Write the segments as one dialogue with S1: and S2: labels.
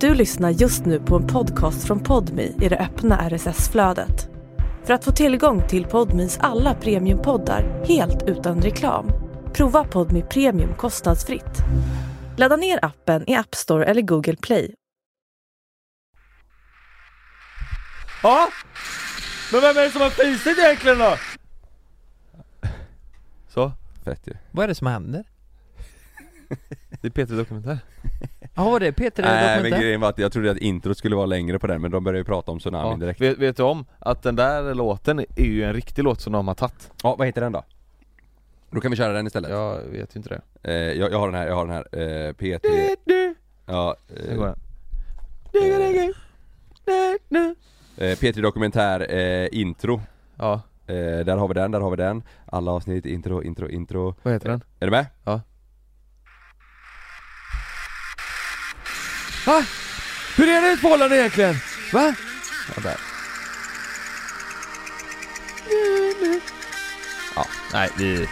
S1: Du lyssnar just nu på en podcast från Podmi i det öppna RSS-flödet. För att få tillgång till Podmis alla premiumpoddar helt utan reklam, prova Podmi Premium kostnadsfritt. Ladda ner appen i App Store eller Google Play.
S2: Ja? Men vem är det som har fisit egentligen då? Så,
S3: Fett ju.
S4: Vad är det som händer?
S2: det är Peter Dokumentär
S4: Ja var det Peter
S3: Nej
S4: Nej,
S3: men grejen var att jag trodde att introt skulle vara längre på den men de började ju prata om tsunamin
S2: ja.
S3: direkt
S2: vet, vet du om att den där låten är ju en riktig låt som de har tagit?
S3: Ja vad heter den då? Då kan vi köra den istället
S2: Jag vet ju inte det
S3: eh, jag, jag har den här, jag har den här eh, PT Ja,
S2: Hur
S3: eh,
S2: går den?
S3: eh, P3 Dokumentär eh, intro
S2: Ja,
S3: eh, Där har vi den, där har vi den Alla avsnitt, intro, intro, intro
S2: vad heter den?
S3: Är du med?
S2: Ja.
S3: Va? Hur är det i förhållande egentligen? Va?
S2: Ja, där.
S3: Ja, nej vi...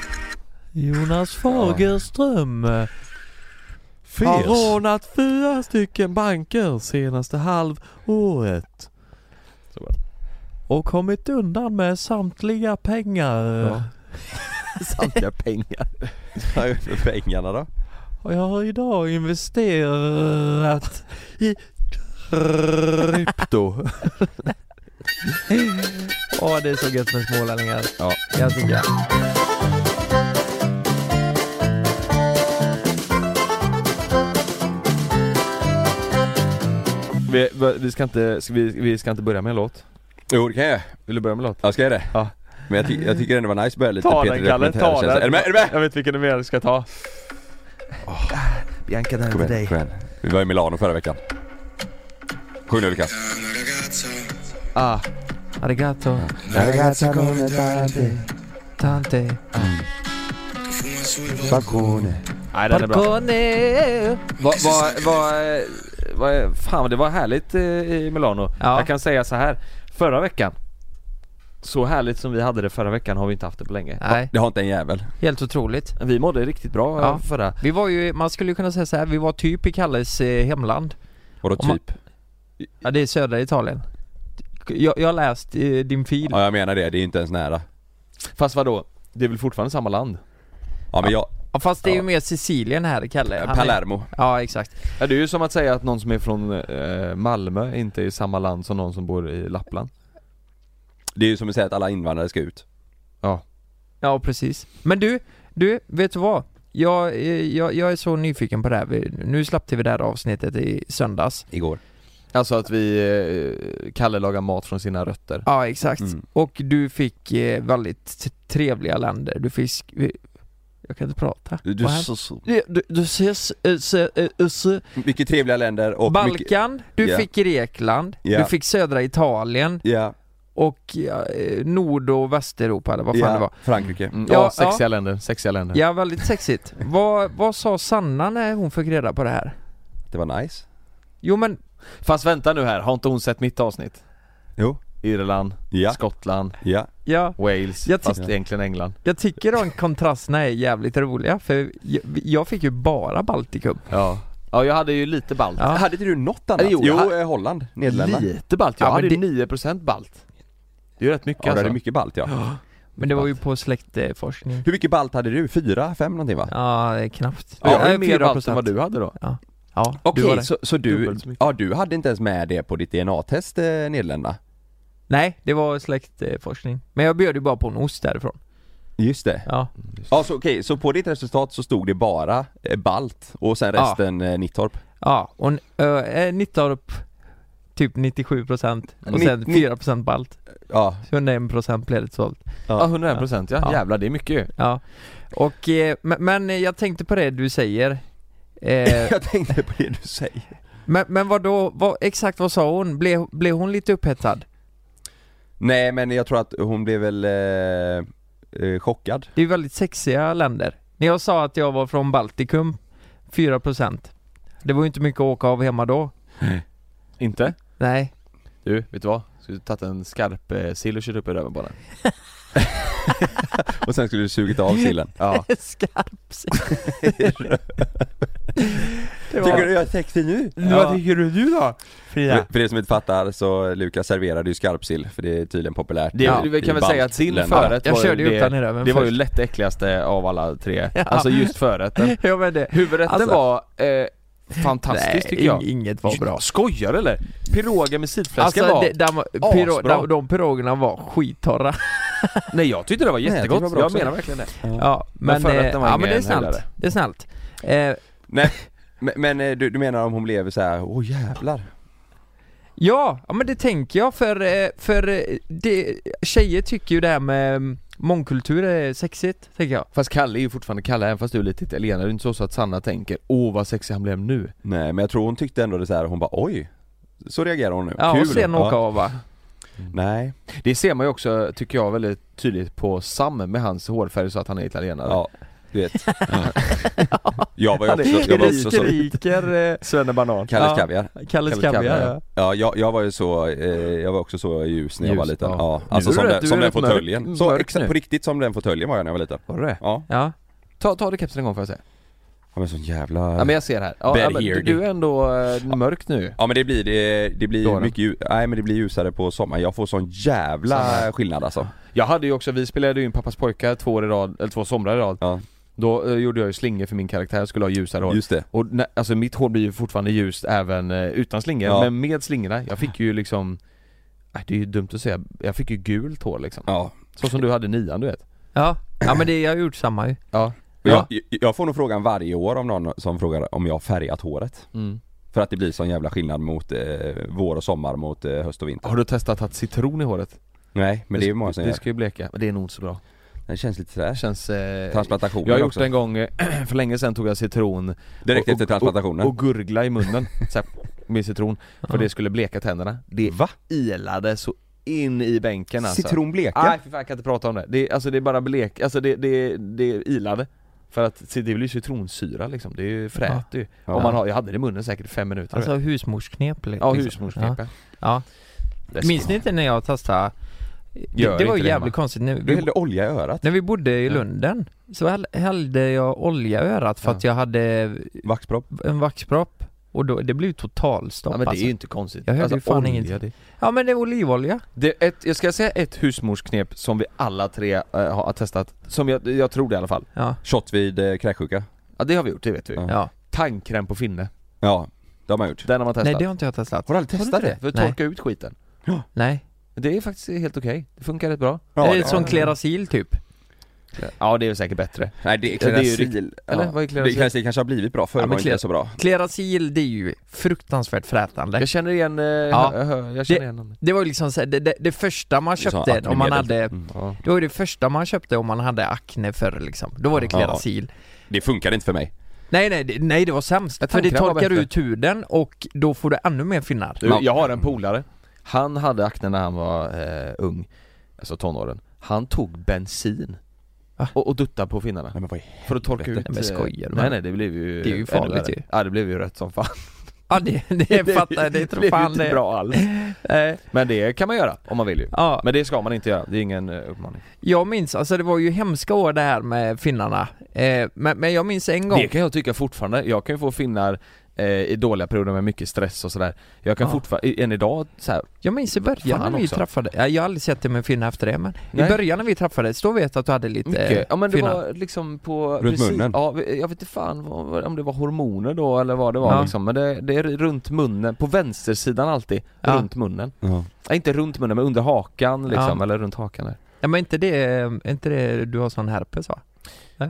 S4: Jonas Fagerström
S2: Har
S4: Fes
S2: rånat fyra stycken banker senaste halvåret
S4: och kommit undan med samtliga pengar.
S2: Ja. Samtliga pengar
S3: Pengarna då?
S4: Och jag har idag investerat i
S2: Krypto
S4: Åh det är så gött med smålänningar.
S3: Ja.
S4: Jag tycker jag.
S2: vi, vi, ska inte, ska vi, vi ska inte börja med en låt
S3: Jo det kan jag
S2: Vill du börja med en låt?
S3: Ja ska jag det?
S2: Ja.
S3: Men jag, ty- jag tycker ändå det var nice att börja lite
S2: Ta den
S3: Peter
S2: Kalle,
S3: Dokumentär
S2: ta
S3: känns-
S2: den!
S3: Är du med? Är du med?
S2: Jag vet vilken du menar du ska ta
S4: Bianca där
S3: Kom igen, kom igen. Vi var i Milano förra veckan. Sjung nu Lukas.
S2: ah.
S4: Arigato.
S5: Ragazza come tante,
S4: Tante.
S2: Mm.
S5: balcone.
S2: Nej den är bra
S4: Balcone.
S2: Vad, vad, vad, eh, vad, eh, fan det var härligt eh, i Milano.
S4: Ja.
S2: Jag kan säga så här. Förra veckan. Så härligt som vi hade det förra veckan har vi inte haft det på länge.
S4: Nej,
S3: Det har inte en jävel.
S4: helt otroligt.
S2: Vi mådde riktigt bra
S4: Ja.
S2: eh, förra.
S4: Vi var ju, man skulle ju kunna säga så här, vi var typ i Kalles eh, hemland.
S3: Vadå
S4: Om man-
S3: typ?
S4: Ja, det är södra Italien. Jag, jag har läst eh, din feed.
S3: Ja jag menar det, det är inte ens nära.
S2: Fast vadå? Det är väl fortfarande samma land?
S3: Ja men jag,
S4: Ja, fast det är ju
S3: Ja.
S4: mer Sicilien här, Kalle. Han är-
S3: Palermo.
S4: Ja, exakt.
S2: Ja, det är ju som att säga att någon som är från eh, Malmö inte är i samma land som någon som bor i Lappland.
S3: Det är ju som att säga att alla invandrare ska ut.
S2: Ja.
S4: Ja, precis. Men du, du, vet du vad? Jag, eh, jag, jag är så nyfiken på det här. Vi- Nu släppte vi det här avsnittet i söndags.
S3: Igår.
S2: Alltså att vi, eh, Kalle lagar mat från sina rötter.
S4: Ja, exakt.
S3: Mm.
S4: Och du fick eh, väldigt t- trevliga länder. Du fick... Jag kan inte prata.
S3: Du,
S4: Vad hände?
S3: så, så.
S4: Du, du, du ses, eh, se, eh, eh, se.
S3: Mycket trevliga länder och mycket...
S4: Balkan, du
S3: Ja.
S4: fick Grekland,
S3: Ja.
S4: du fick södra Italien
S3: Ja,
S4: och ja, eh, nord och västeuropa eller vad fan
S3: ja,
S4: det var.
S3: Frankrike.
S2: Mm, ja,
S4: Ja, ja.
S2: sexiga länder, sexiga länder.
S4: Ja, väldigt sexigt. vad, vad sa Sanna när hon fick reda på det här?
S3: Det var nice.
S4: Jo men,
S2: Fast vänta nu här, har inte hon sett mitt avsnitt?
S3: Jo.
S2: Irland,
S3: Ja,
S2: Skottland,
S3: ja.
S4: ja,
S2: Wales,
S4: Jag ty-
S2: fast egentligen England.
S4: jag tycker de kontrasterna är jävligt roliga för jag, jag fick ju bara Baltikum.
S2: Ja. Ja jag hade ju lite balt.
S4: Ja.
S3: Hade inte du något annat?
S2: Eller jo,
S3: jo
S2: jag-
S3: eh, Holland. Nederländerna.
S2: Lite balt, jag
S4: Ja, men
S2: hade
S4: det-
S2: ju 9% balt. Det är ju rätt mycket
S3: Ja, du
S2: alltså.
S3: hade mycket balt ja.
S4: Men det var ju på släktforskning.
S3: Hur mycket balt hade du? Fyra, fem någonting va?
S4: Ja, det är knappt.
S2: Ja, eh, jag hade
S4: Ja,
S2: mer balt än
S4: 4%.
S2: vad du hade då.
S4: Ja,
S3: Okej,
S4: du var det.
S3: så, så du,
S2: Dubbelt så mycket.
S3: ja du hade inte ens med det på ditt DNA-test eh, Nederländerna?
S4: Nej, det var släktforskning. Men jag bjöd ju bara på en ost därifrån.
S3: Just det.
S4: Ja.
S3: Ja, så okej, så på ditt resultat så stod det bara eh, Balt och sen
S4: Ja.
S3: resten eh, Nittorp?
S4: Ja, och äh, Nittorp typ 97% och
S3: Ni-
S4: sen
S3: ni-
S4: 4% balt.
S3: Ja.
S4: 101% blev det sålt.
S2: Ja, 101% ja.
S4: Ja.
S2: Jävlar det är mycket ju.
S4: Ja. Och, eh, men, men jag tänkte på det du säger. Eh,
S3: Jag tänkte på det du säger.
S4: men, men vad då, vad, exakt vad sa hon? Blev, blev hon lite upphettad?
S3: Nej men jag tror att hon blev väl eh, eh, chockad.
S4: Det är ju väldigt sexiga länder. När jag sa att jag var från Baltikum, 4%. Det var ju inte mycket att åka av hemma då.
S2: Inte?
S4: Nej.
S2: Du, vet du vad? Skulle du tagit en skarp eh, sill och kört upp i röven på den?
S3: Och sen skulle du sugit av sillen.
S2: Ja.
S4: Skarp Det
S3: Tycker du
S4: var...
S3: jag är sexig nu?
S4: Ja. Vad tycker
S2: du nu då? Frida?
S3: För, för er som inte fattar så Lukas serverade ju skarpsill, för det är tydligen populärt
S2: Det,
S3: ja,
S2: vi kan
S3: i
S2: väl säga att sin
S3: baltländerna.
S2: förrätt
S4: Jag
S2: var
S4: körde ju
S2: ju
S4: utan
S2: det,
S4: i röven
S2: det var ju
S4: först.
S2: lätt äckligaste av alla tre.
S4: Ja.
S2: Alltså just förrätten.
S4: Ja men det...
S2: Huvudrätten
S4: Alltså-
S2: var eh, fantastisk
S4: Nej,
S2: tycker jag.
S4: inget var bra.
S2: Skojar du, eller? Piroger med sidfläska
S4: Alltså
S2: var...
S4: det, de, pyro,
S2: asbra.
S4: de, de pirogerna var skittorra.
S2: Nej jag tyckte det var
S3: jag
S2: jättegott,
S3: tyckte det
S2: jag,
S3: var bra också.
S2: menar verkligen det.
S4: Ja, men,
S2: förrätten
S4: eh,
S2: var
S4: ja,
S2: ingen
S4: men det är snällt.
S2: höjdare.
S4: Det är snällt. Eh,
S3: Men, men eh, du, du menar om hon lever så här, åh jävlar
S4: ja, ja, men det tänker jag för, eh, för eh, det, tjejer tycker ju det här med mm, mångkultur är sexigt, tänker jag.
S2: Fast Kalle är ju fortfarande Kalle, även fast du är lite italienare, det är inte så, så att Sanna tänker 'Åh vad sexig han blev nu'
S3: Nej men jag tror hon tyckte ändå det så här. hon bara oj Så reagerar hon nu,
S4: Ja,
S3: kul!
S4: och sen åka
S3: ja.
S4: av va?
S3: Nej,
S2: Det ser man ju också, tycker jag, väldigt tydligt på Sam med hans hårfärg så att han är italienare
S3: ja, du vet Jag var ju
S2: Han är-
S3: också, jag var också så,
S4: skriker eh,
S2: Svennebanan
S3: Kalles
S4: Ja.
S3: Kaviar
S4: Kalles
S2: Kaviar,
S4: Kaviar.
S2: ja.
S4: Ja.
S3: Ja, jag, jag var ju så, eh, jag var också så ljus när jag var
S2: Ljus,
S3: liten.
S2: ja.
S3: Ja.
S2: Nu
S3: Alltså
S2: är
S3: som,
S2: du rätt-
S3: den,
S2: du
S3: som
S2: är
S3: den
S2: rätt mörk-
S3: fåtöljen. Så
S2: mörk nu.
S3: exakt på riktigt som den fåtöljen var jag när jag var liten.
S2: Var det det?
S3: Ja.
S4: ja.
S2: Ta, ta det kepsen en gång får jag se.
S3: Ja men sån jävla...
S2: Ja men jag ser här. Ja,
S3: Bad
S2: ja, men du,
S3: hair,
S2: du är ändå eh, mörk nu.
S3: Ja men det blir, det, det
S2: Då är
S3: blir
S2: den.
S3: mycket ljus, nej men det blir ljusare på sommaren. Jag får sån jävla skillnad alltså.
S2: Jag hade ju också, vi spelade ju in Pappas pojkar två år i rad, eller två somrar i rad.
S3: Ja.
S2: Då eh, gjorde jag ju slingor för min karaktär, jag skulle ha ljusare hår.
S3: Just det.
S2: Och när, alltså mitt hår blir ju fortfarande ljust även eh, utan slingor,
S3: Ja.
S2: men med slingorna, jag fick ju liksom Nej, det är ju dumt att säga, jag fick ju gult hår liksom.
S3: Ja.
S2: Så som du hade i nian du vet.
S4: Ja. ja, men det, jag har gjort samma ju.
S2: Ja.
S3: Jag, jag får nog frågan varje år om någon som frågar om jag har färgat håret.
S2: Mm.
S3: För att det blir sån jävla skillnad mot eh, vår och sommar mot eh, höst och vinter.
S2: Har du testat att citron i håret?
S3: Nej men det är ju många som
S2: Det,
S3: gör.
S2: ska ju bleka, men det är nog inte så bra.
S3: Det känns lite sådär.
S2: Det känns... Eh,
S3: Transplantationen
S2: jag har gjort
S3: också.
S2: det en gång, eh, för länge sedan tog jag citron
S3: Direkt
S2: och-
S3: efter
S2: och-
S3: transplantationen.
S2: och gurgla i munnen så här, med citron. För det skulle bleka tänderna. Det
S3: Va?
S2: ilade så in i bänken alltså.
S3: Citronbleka?
S2: Nej för fan, jag kan inte prata om det. det alltså det är bara blek, alltså det, det, det ilade. För att det blir ju citronsyra liksom, det är ju fräter ju.
S3: Ja.
S2: Om man har, jag hade det i munnen säkert i fem minuter.
S4: Alltså husmorsknep. li-
S2: ja
S4: liksom.
S2: husmorsknep ja.
S4: Ja.
S2: Läskigt.
S4: Minns ni inte när jag testade?
S2: Gör
S4: Det,
S2: inte
S4: det var ju
S2: det
S4: jävligt
S2: hemma.
S4: konstigt. Nu,
S3: Du
S4: vi,
S3: hällde olja i örat?
S4: när vi bodde i
S2: Ja.
S4: Lunden så häll- hällde jag olja i örat för
S2: Ja.
S4: att jag hade
S3: Vaxpropp?
S4: en vaxpropp och då, det blev
S2: Ja
S4: totalstopp
S2: men det är
S4: alltså.
S2: ju inte konstigt.
S4: Jag hörde ju fan
S2: olja,
S4: ingenting.
S2: det-
S4: Ja men det är olivolja.
S2: Det är ett, jag ska säga ett husmorsknep som vi alla tre eh, har testat, som jag, jag tror det i alla fall.
S4: Ja.
S3: Shot vid eh, kräksjuka?
S2: Ja det har vi gjort, det vet vi.
S3: Ja.
S4: ja.
S2: Tandkräm på finne,
S3: Ja, det har man gjort.
S2: den har man testat.
S4: Nej det har inte jag testat.
S2: Har du aldrig testat
S4: Har du
S2: det?
S4: inte
S2: För att
S4: Nej.
S2: torka ut skiten.
S4: Nej.
S2: Det är faktiskt helt okej, det funkar rätt bra.
S3: Ja,
S4: det är
S3: det-
S4: som Klerasil typ.
S2: Ja det är säkert bättre.
S3: Nej det är
S2: Ja, det är ju
S3: Klerasil,
S2: Eller
S3: ja.
S2: vad är
S3: Det
S2: klerasil?
S3: kanske, kanske har blivit bra, förr
S4: Ja, men
S3: var inte
S4: Kler-
S3: det så bra.
S4: Klerasil det är ju fruktansvärt frätande.
S2: Jag känner igen, eh,
S4: Ja.
S2: hö- hö- jag känner igen honom.
S4: Det var ju liksom så här, det, det, det första man
S3: Det är sån
S4: köpte om man
S3: aknemedel.
S4: hade
S3: Mm.
S2: Ja.
S4: Det var det första man köpte om man hade akne förr liksom. Då var det
S3: Ja.
S4: Klerasil.
S3: Det funkar inte för mig.
S4: Nej nej, det- nej det var sämst.
S2: Jag
S4: för det
S2: tänkte det var
S4: torkar
S2: bättre.
S4: ut huden och då får du ännu mer finnar.
S2: Du, jag har en polare, han hade akne när han var eh, ung, alltså tonåren. Han tog bensin
S4: Va?
S2: och, och duttade på finnarna.
S3: Nej, men vad i
S2: För att torka
S3: helvete.
S2: ut... eh,
S4: Nej, men skojar du
S2: Nej
S4: med?
S2: nej det blev ju...
S4: Det är ju
S2: ännu
S4: farligt
S2: värre.
S4: ju.
S2: Ja det blev ju rätt som fan.
S4: Ja det, det fattar jag, det
S2: blev
S4: tror
S2: ju
S4: fan
S2: inte
S4: det.
S2: bra alls.
S4: Eh,
S2: Men det kan man göra om man vill ju.
S4: Ja,
S2: Men det ska man inte göra, det är ingen eh, uppmaning.
S4: jag minns, alltså det var ju hemska år det här med finnarna. Eh, men, men jag minns en gång.
S2: Det kan jag tycka fortfarande, jag kan ju få finnar eh, i dåliga perioder med mycket stress och sådär. Jag kan
S4: Ja.
S2: fortfarande, än idag så här,
S4: Jag minns i början
S2: Fan
S4: när vi
S2: också.
S4: träffade, ja, jag har aldrig sett dig med finnar efter det men
S2: Nej.
S4: I början när vi träffades, då vet jag att du hade lite
S2: mycket.
S4: eh,
S2: Ja men det
S4: finnar.
S2: var liksom på...
S3: Runt munnen?
S2: Ja, vi- jag vet inte fan vad, om det var hormoner då eller vad det var
S4: Ja.
S2: liksom. Men det, det är runt munnen, på vänstersidan alltid,
S4: Ja.
S2: runt munnen.
S3: Ja.
S2: Ja, inte runt munnen men under hakan liksom,
S4: Ja.
S2: eller runt hakan där.
S4: Ja men inte det, är inte det du har sån herpes va?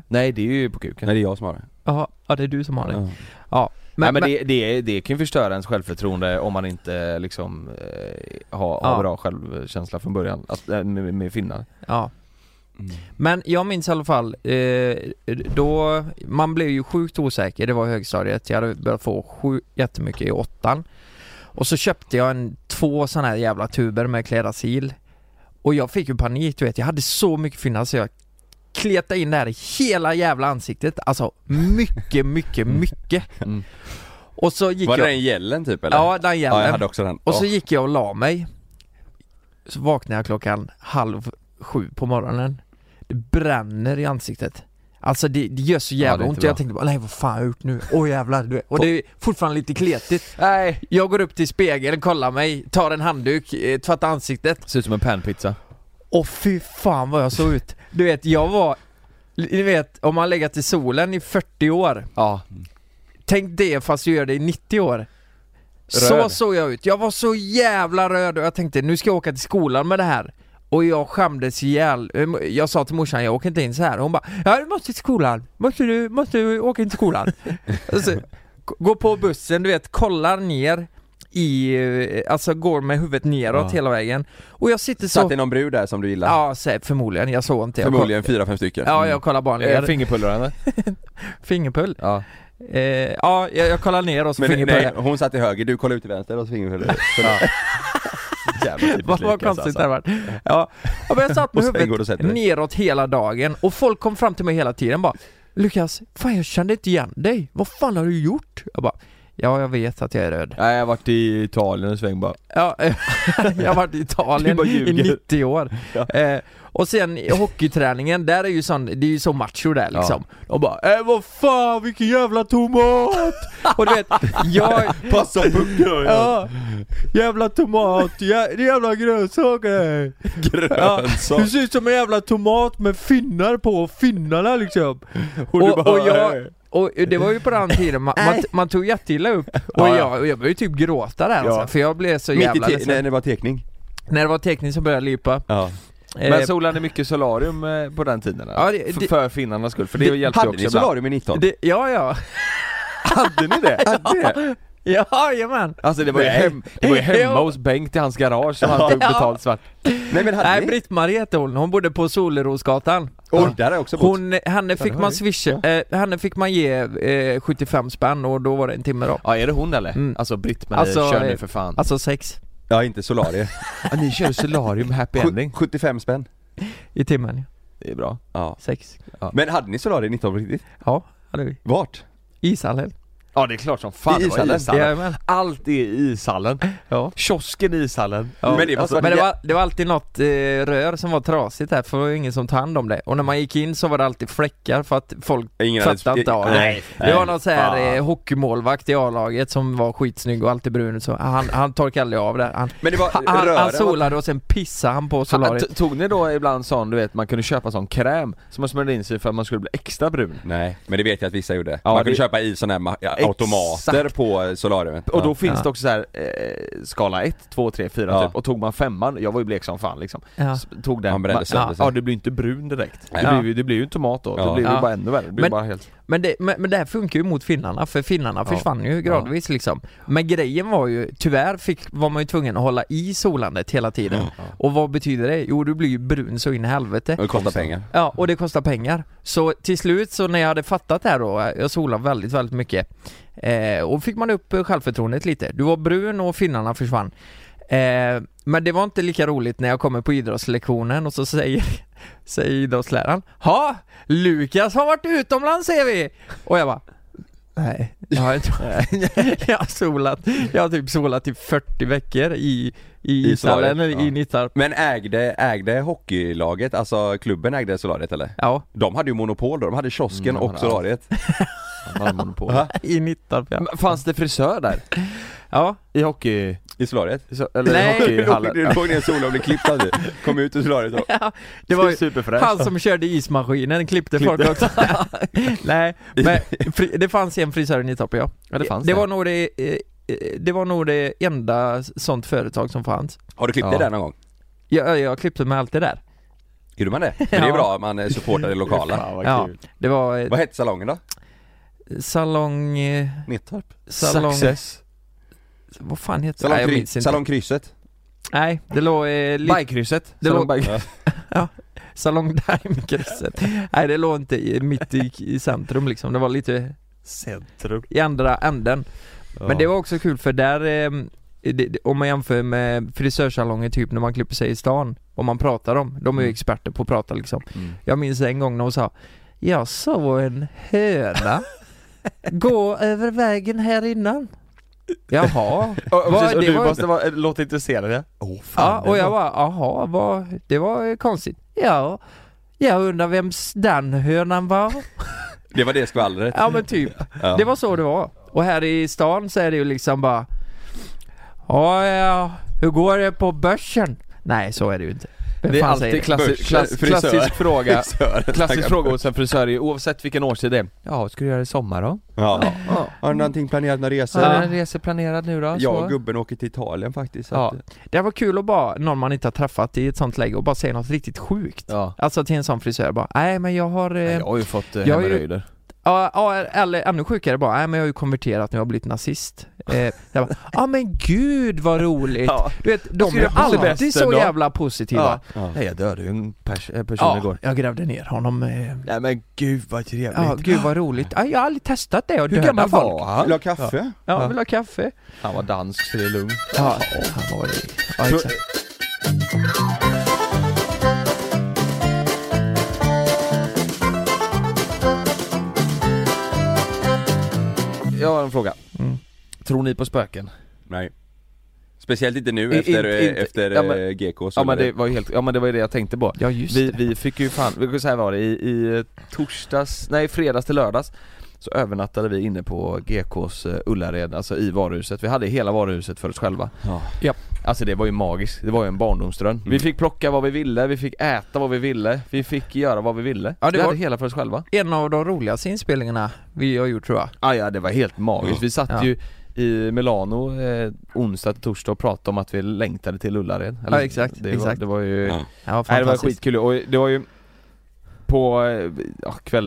S2: Nej det är ju på kuken.
S3: Nej det är jag som har det.
S4: Jaha, ja det är du som har det.
S3: Ja.
S2: Nej men, det, det, det kan ju förstöra ens självförtroende om man inte liksom eh, har, har
S4: Ja.
S2: bra självkänsla från början, att, eh, med, med finnar.
S4: Ja.
S3: Mm.
S4: Men jag minns i alla fall, eh, då, man blev ju sjukt osäker, det var högstadiet, jag hade börjat få sju, jättemycket i åttan. Och så köpte jag en, två sådana här jävla tuber med Klerasil. Och jag fick ju panik du vet, jag hade så mycket finnar så jag kletade in det här i hela jävla ansiktet, alltså mycket, mycket, mycket.
S2: Mm.
S4: Och så gick
S3: Var det
S4: jag...
S3: den gällen typ eller?
S4: Ja, den
S3: ja jag
S4: gällen.
S3: hade också den.
S4: Och så
S3: Åh.
S4: gick jag och la mig Så vaknade jag klockan halv sju på morgonen Det bränner i ansiktet Alltså det, det gör så
S3: det
S4: jävla
S3: är inte
S4: ont, jag
S3: bra.
S4: tänkte bara nej vad fan har jag gjort nu? Åh jävlar du vet. Och det är fortfarande lite kletigt
S2: Nej!
S4: Jag går upp till spegeln, kollar mig, tar en handduk, eh, tvättar ansiktet
S2: Ser ut som en panpizza
S4: Åh fy fan vad jag såg ut! Du vet, jag var... Ni vet, om man har legat i solen i 40 år
S2: Ja,
S4: Tänk det fast du gör det i 90 år Så
S2: Röd.
S4: såg jag ut, jag var så jävla röd och jag tänkte nu ska jag åka till skolan med det här Och jag skämdes ihjäl, jag sa till morsan jag åker inte in så här hon bara Ja du måste till skolan, måste du, måste du åka in till skolan? alltså, g- går på bussen, du vet, kollar ner i, eh, alltså går med huvudet neråt
S2: Ja.
S4: hela vägen Och jag sitter så...
S3: Satt det någon brud där som du gillar?
S4: Ja, sä- förmodligen, jag såg inte jag
S3: Förmodligen fyra, fem stycken. Mm.
S4: Ja, jag kollar bara
S2: Eh,
S4: ner.
S2: fingerpullrande
S4: fingerpull.
S2: Ja
S4: Eh, ja, jag, jag kollar ner och så
S3: Men nej,
S4: fingerpull.
S3: hon satt till höger, du kollade ut till vänster och så fingerpullade du.
S2: Jävla typiskt
S4: Vad vad
S2: lika,
S4: konstigt
S2: alltså.
S4: det hade varit. Ja. ja, men jag satt med
S3: Och sen går du och
S4: huvudet
S3: sätter dig.
S4: neråt hela dagen och folk kom fram till mig hela tiden bara Lukas, fan jag kände inte igen dig. Vad fan har du gjort? Jag bara Ja, jag vet att jag är röd.
S2: Nej jag har varit i Italien en sväng bara
S4: Ja, jag har varit i
S2: Du
S4: Italien
S2: bara
S4: i
S2: ljuger.
S4: 90 år.
S2: Ja.
S4: Eh, och sen i hockeyträningen, där är ju sån, det är ju så macho där liksom. De bara äh, vad fan vilken jävla tomat! och du vet, jag,
S2: Passa pucken!
S4: Ja, jävla tomat, jä, jävla grönsaker!
S3: Grönsak!
S4: Du ser ut som en jävla tomat med finnar på, finnarna liksom! Och,
S2: du
S4: och,
S2: bara,
S4: jag,
S2: "Äh."
S4: och det var ju på den tiden, man, man, man tog jätteilla upp och
S2: Ja, ja.
S4: jag, och jag började typ gråta där alltså,
S2: Ja.
S4: för jag blev så
S3: Mitt i
S4: jävla
S3: te-
S4: ledsen.
S3: nej, det var tekning.
S4: När det var tekniskt så började jag lipa
S3: Ja.
S2: Men
S4: Eh,
S2: solade ni mycket solarium eh, på den tiden? eller?
S4: Ja, det-
S2: F-
S4: det-
S2: för finnarnas skull, för det, hjälpte ju
S3: Hade
S2: också
S3: ni
S2: ibland
S3: solarium i 19?
S4: det, Ja, ja,
S2: Hade ni det? Hade ni det?
S4: jajamän!
S2: Alltså det var, ju,
S3: Nej.
S2: hem, det var ju hemma
S4: Jo.
S2: hos Bengt i hans garage som han tog
S4: Ja.
S2: betalt svart
S3: Nej men hade
S4: Nej,
S3: ni?
S4: Britt-Marie hette hon, hon bodde på Solerosgatan
S3: Oj, där har jag också bott.
S4: Hon, henne fick man swisha, eh, henne fick man ge eh, 75 spänn och då var det en timme då
S2: Ja är det hon eller?
S4: Mm.
S2: Alltså Britt-Marie,
S4: Alltså,
S2: kör nu
S4: eh,
S2: för fan
S4: Alltså sex
S3: Ja, inte solarium.
S2: ja, Ni körde solarium happy ending
S3: Sju- 75 spänn.
S4: i timmen, ja.
S2: Det är bra
S3: Ja.
S4: sex
S3: Men hade ni solarium i 19 på riktigt?
S4: Ja, hade vi.
S3: Vart?
S4: Ishallen.
S2: Ja det är klart som fan
S3: I
S2: det var
S3: ishallen.
S2: ishallen
S4: Jajamän.
S2: Allt är i ishallen
S4: Ja.
S2: Kiosken i ishallen
S4: Ja. Alltså,
S3: Men det var
S4: Men det var, det var alltid något eh, rör som var trasigt här för det var ju ingen som tog hand om det. Och när man gick in så var det alltid fläckar för att folk
S3: Ingen
S4: fattade inte av det.
S3: Nej.
S4: Det var någon så här
S2: fan.
S4: eh, hockeymålvakt i A-laget som var skitsnygg och alltid brun och så. Han, han torkade aldrig av det. Han,
S3: Men det var
S4: han, han,
S3: rören var...
S4: solade och sen pissade han på
S2: Ta-
S4: solariet.
S2: t- Tog ni då ibland sån, du vet, man kunde köpa sån kräm som man smörjde in sig för att man skulle bli extra brun?
S4: Typ.
S3: Nej, men det vet jag att vissa gjorde.
S2: Ja,
S3: Man kunde
S2: det-
S3: köpa i sådana här ma- ja, automater på solariumet.
S2: Och då
S3: Ja.
S2: finns
S4: Ja.
S2: det också så här eh, skala 1, 2, 3, 4
S3: Ja.
S2: typ, och tog man femman, jag var ju blek som fan liksom
S4: Ja.
S2: S- Tog den,
S3: Han brände
S2: ma-
S3: sönder
S2: ja,
S3: sig.
S2: det blir ju inte brun direkt
S3: Nej.
S2: det, blir, ju- det blir ju en tomat då, det
S3: Ja.
S2: blir ju
S4: Ja.
S2: bara ännu värre, det blir
S4: Men-
S2: bara helt
S4: Men det, men, men det här funkar ju mot finnarna, för finnarna
S2: Ja.
S4: försvann ju gradvis liksom Men grejen var ju, tyvärr fick, var man ju tvungen att hålla i solandet hela tiden
S2: Mm.
S4: Och vad betyder det? Jo du blir ju brun så in i helvete
S3: Och det kostar pengar.
S4: Ja, och det kostar pengar. Så till slut så när jag hade fattat det här då, jag solade väldigt, väldigt mycket. Eh, och fick man upp eh, självförtroendet lite. Du var brun och finnarna försvann. Eh, men det var inte lika roligt när jag kommer på idrottslektionen och så säger, säger idrottsläraren Ja, Lukas har varit utomlands ser vi! Och jag bara Nej, jag har inte Jag har solat, jag har typ solat i 40 veckor i, i,
S3: I
S4: I
S3: solariet,
S4: Ishallen, eller
S3: ja.
S4: i Nittarp.
S3: Men ägde, ägde hockeylaget, alltså klubben ägde solariet eller?
S4: Ja,
S3: De hade ju monopol då, de hade kiosken
S2: Mm, de
S3: och
S2: hade
S3: solariet.
S2: man monopol
S3: Va?
S4: i Nittarp ja.
S2: Men Fanns det frisör där?
S4: ja.
S2: I hockey...
S3: I solariet.
S2: så- Eller
S4: Nej.
S2: i hockeyhallen?
S3: Du låg ner i solen och blev klippt alltid. Kom ut ur solariet och...
S4: Det var ju
S2: superfräscht
S4: Han som körde ismaskinen klippte, folk också. Nej, men fri, det fanns en frisör i Nittorp ja.
S2: Ja, det fanns
S4: det,
S2: det.
S4: var nog det, eh, eh, det var nog det enda sånt företag som fanns.
S3: Har du klippt
S2: Ja.
S3: dig där någon gång?
S4: Jag, jag klippte mig alltid där.
S3: Gjorde man det? Men det är
S4: Ja.
S3: bra, man eh, supportar det lokala.
S4: Ja, det var eh,
S3: Vad hette salongen då?
S4: salong... eh,
S3: Nittorp?
S4: Salong...
S2: Success
S4: Vad fan heter
S3: Salong,
S4: Nej, jag
S3: kry-
S4: minns inte.
S3: salongkrysset?
S4: Nej, det låg... Eh, li-
S2: Bajkrysset,
S4: Det
S2: Salong
S4: låg-
S2: Bajkrysset.
S4: salong Daimkrysset. Nej, det låg inte i, mitt i, i centrum liksom. Det var lite
S2: Centrum
S4: i andra änden. Men det var också kul för där, eh, det- det- om man jämför med frisörsalonger typ när man klipper sig i stan, och man pratar om, de är ju
S2: Mm.
S4: experter på att prata liksom.
S2: Mm.
S4: Jag minns en gång när hon sa Jag såg en höna gå över vägen här innan. Jaha.
S2: Och, och,
S4: Vad-
S2: precis, och
S4: det
S2: du
S4: var-
S2: måste vara, eh, låta intresserad ja?
S3: Åh
S4: ja, och jag bara, jaha, vad, det var eh, konstigt. Ja, Jag undrar vems den hönan var?
S3: Det var det skvallret.
S4: Ja men typ.
S3: Ja.
S4: Det var så det var. Och här i stan så är det ju liksom bara Ja, ja hur går det på börsen? Nej så är det ju inte. Vem
S2: Det är
S4: fan säger
S2: alltid klassi-
S3: Börs-
S2: klass-
S3: frisör.
S2: klassisk fråga
S3: Frisören.
S2: Klassisk fråga hos en frisör är ju, oavsett vilken årstid det är Ja, ska du göra det i sommar då?
S3: Ja.
S4: Ja.
S3: Har du någonting planerat, några
S2: Så
S3: resor?
S2: är det en resa planerad nu då?
S3: Jag
S2: så?
S3: och gubben åker till Italien faktiskt. så
S2: Ja.
S3: att- eh,
S4: Det var kul att bara, någon man inte har träffat i ett sånt läge och bara säga något riktigt sjukt.
S2: Ja.
S4: Alltså till en sån frisör bara, nej men jag har... eh,
S2: Nej, Jag har ju fått eh,
S4: jag har ju-
S2: hemorrojder
S4: Ja, ja, eller ännu sjukare bara, nej men jag har ju konverterat nu, jag har blivit nazist. Eh, jag bara, ja men gud vad roligt!
S2: Ja. Alltså,
S4: Du vet, de är
S2: skulle
S4: ju
S2: jag på
S4: alltid
S2: semestern
S4: så
S2: då?
S4: jävla positiva.
S2: Ja.
S3: Ja.
S2: Nej jag dödade ju en pers- eh, person
S4: Ja,
S2: igår
S4: jag grävde ner honom. Eh,
S2: Nej men gud vad trevligt
S4: ja, gud vad roligt. Ja, jag har aldrig testat det, jag
S2: Hur
S4: dödar
S2: gammal
S4: folk.
S2: var han?
S3: Vill du ha kaffe?
S4: Ja, vill ha kaffe?
S2: Han var dansk så det är lugnt
S4: Ja, han var det. Ja,
S3: Tror-
S4: exakt.
S2: Jag har en fråga
S4: Mm.
S2: Tror ni på spöken?
S3: Nej. Speciellt inte nu
S2: I-
S3: efter,
S2: inte-
S3: eh,
S2: inte-
S3: efter
S2: ja, men-
S3: eh, GK. så
S2: Ja men
S3: var
S2: det var ju helt, ja men det var ju det jag tänkte på
S4: ja just
S2: Vi,
S4: det.
S2: vi fick ju fan, vi- så här var det, i, i eh, torsdags, nej fredags till lördags Så övernattade vi inne på GKs eh, Ullared, alltså i varuhuset. Vi hade hela varuhuset för oss själva
S3: Ja.
S4: Japp.
S2: Alltså det var ju magiskt, det var ju en barndomsdröm Vi fick plocka vad vi ville, vi fick äta vad vi ville, vi fick göra vad vi ville
S4: Ja, det
S2: Vi
S4: var-
S2: hade hela för oss själva
S4: En av de roligaste inspelningarna vi har gjort tror jag.
S2: ah, ja det var helt magiskt, vi satt
S4: Ja.
S2: ju i Milano eh, onsdag till torsdag och pratade om att vi längtade till Ullared
S4: Ja, exakt,
S2: det Var,
S4: exakt.
S2: det var ju,
S3: Ja.
S4: Ja,
S2: nej det var
S4: fantastiskt.
S2: skitkul och det var ju på, eh, ja, kväll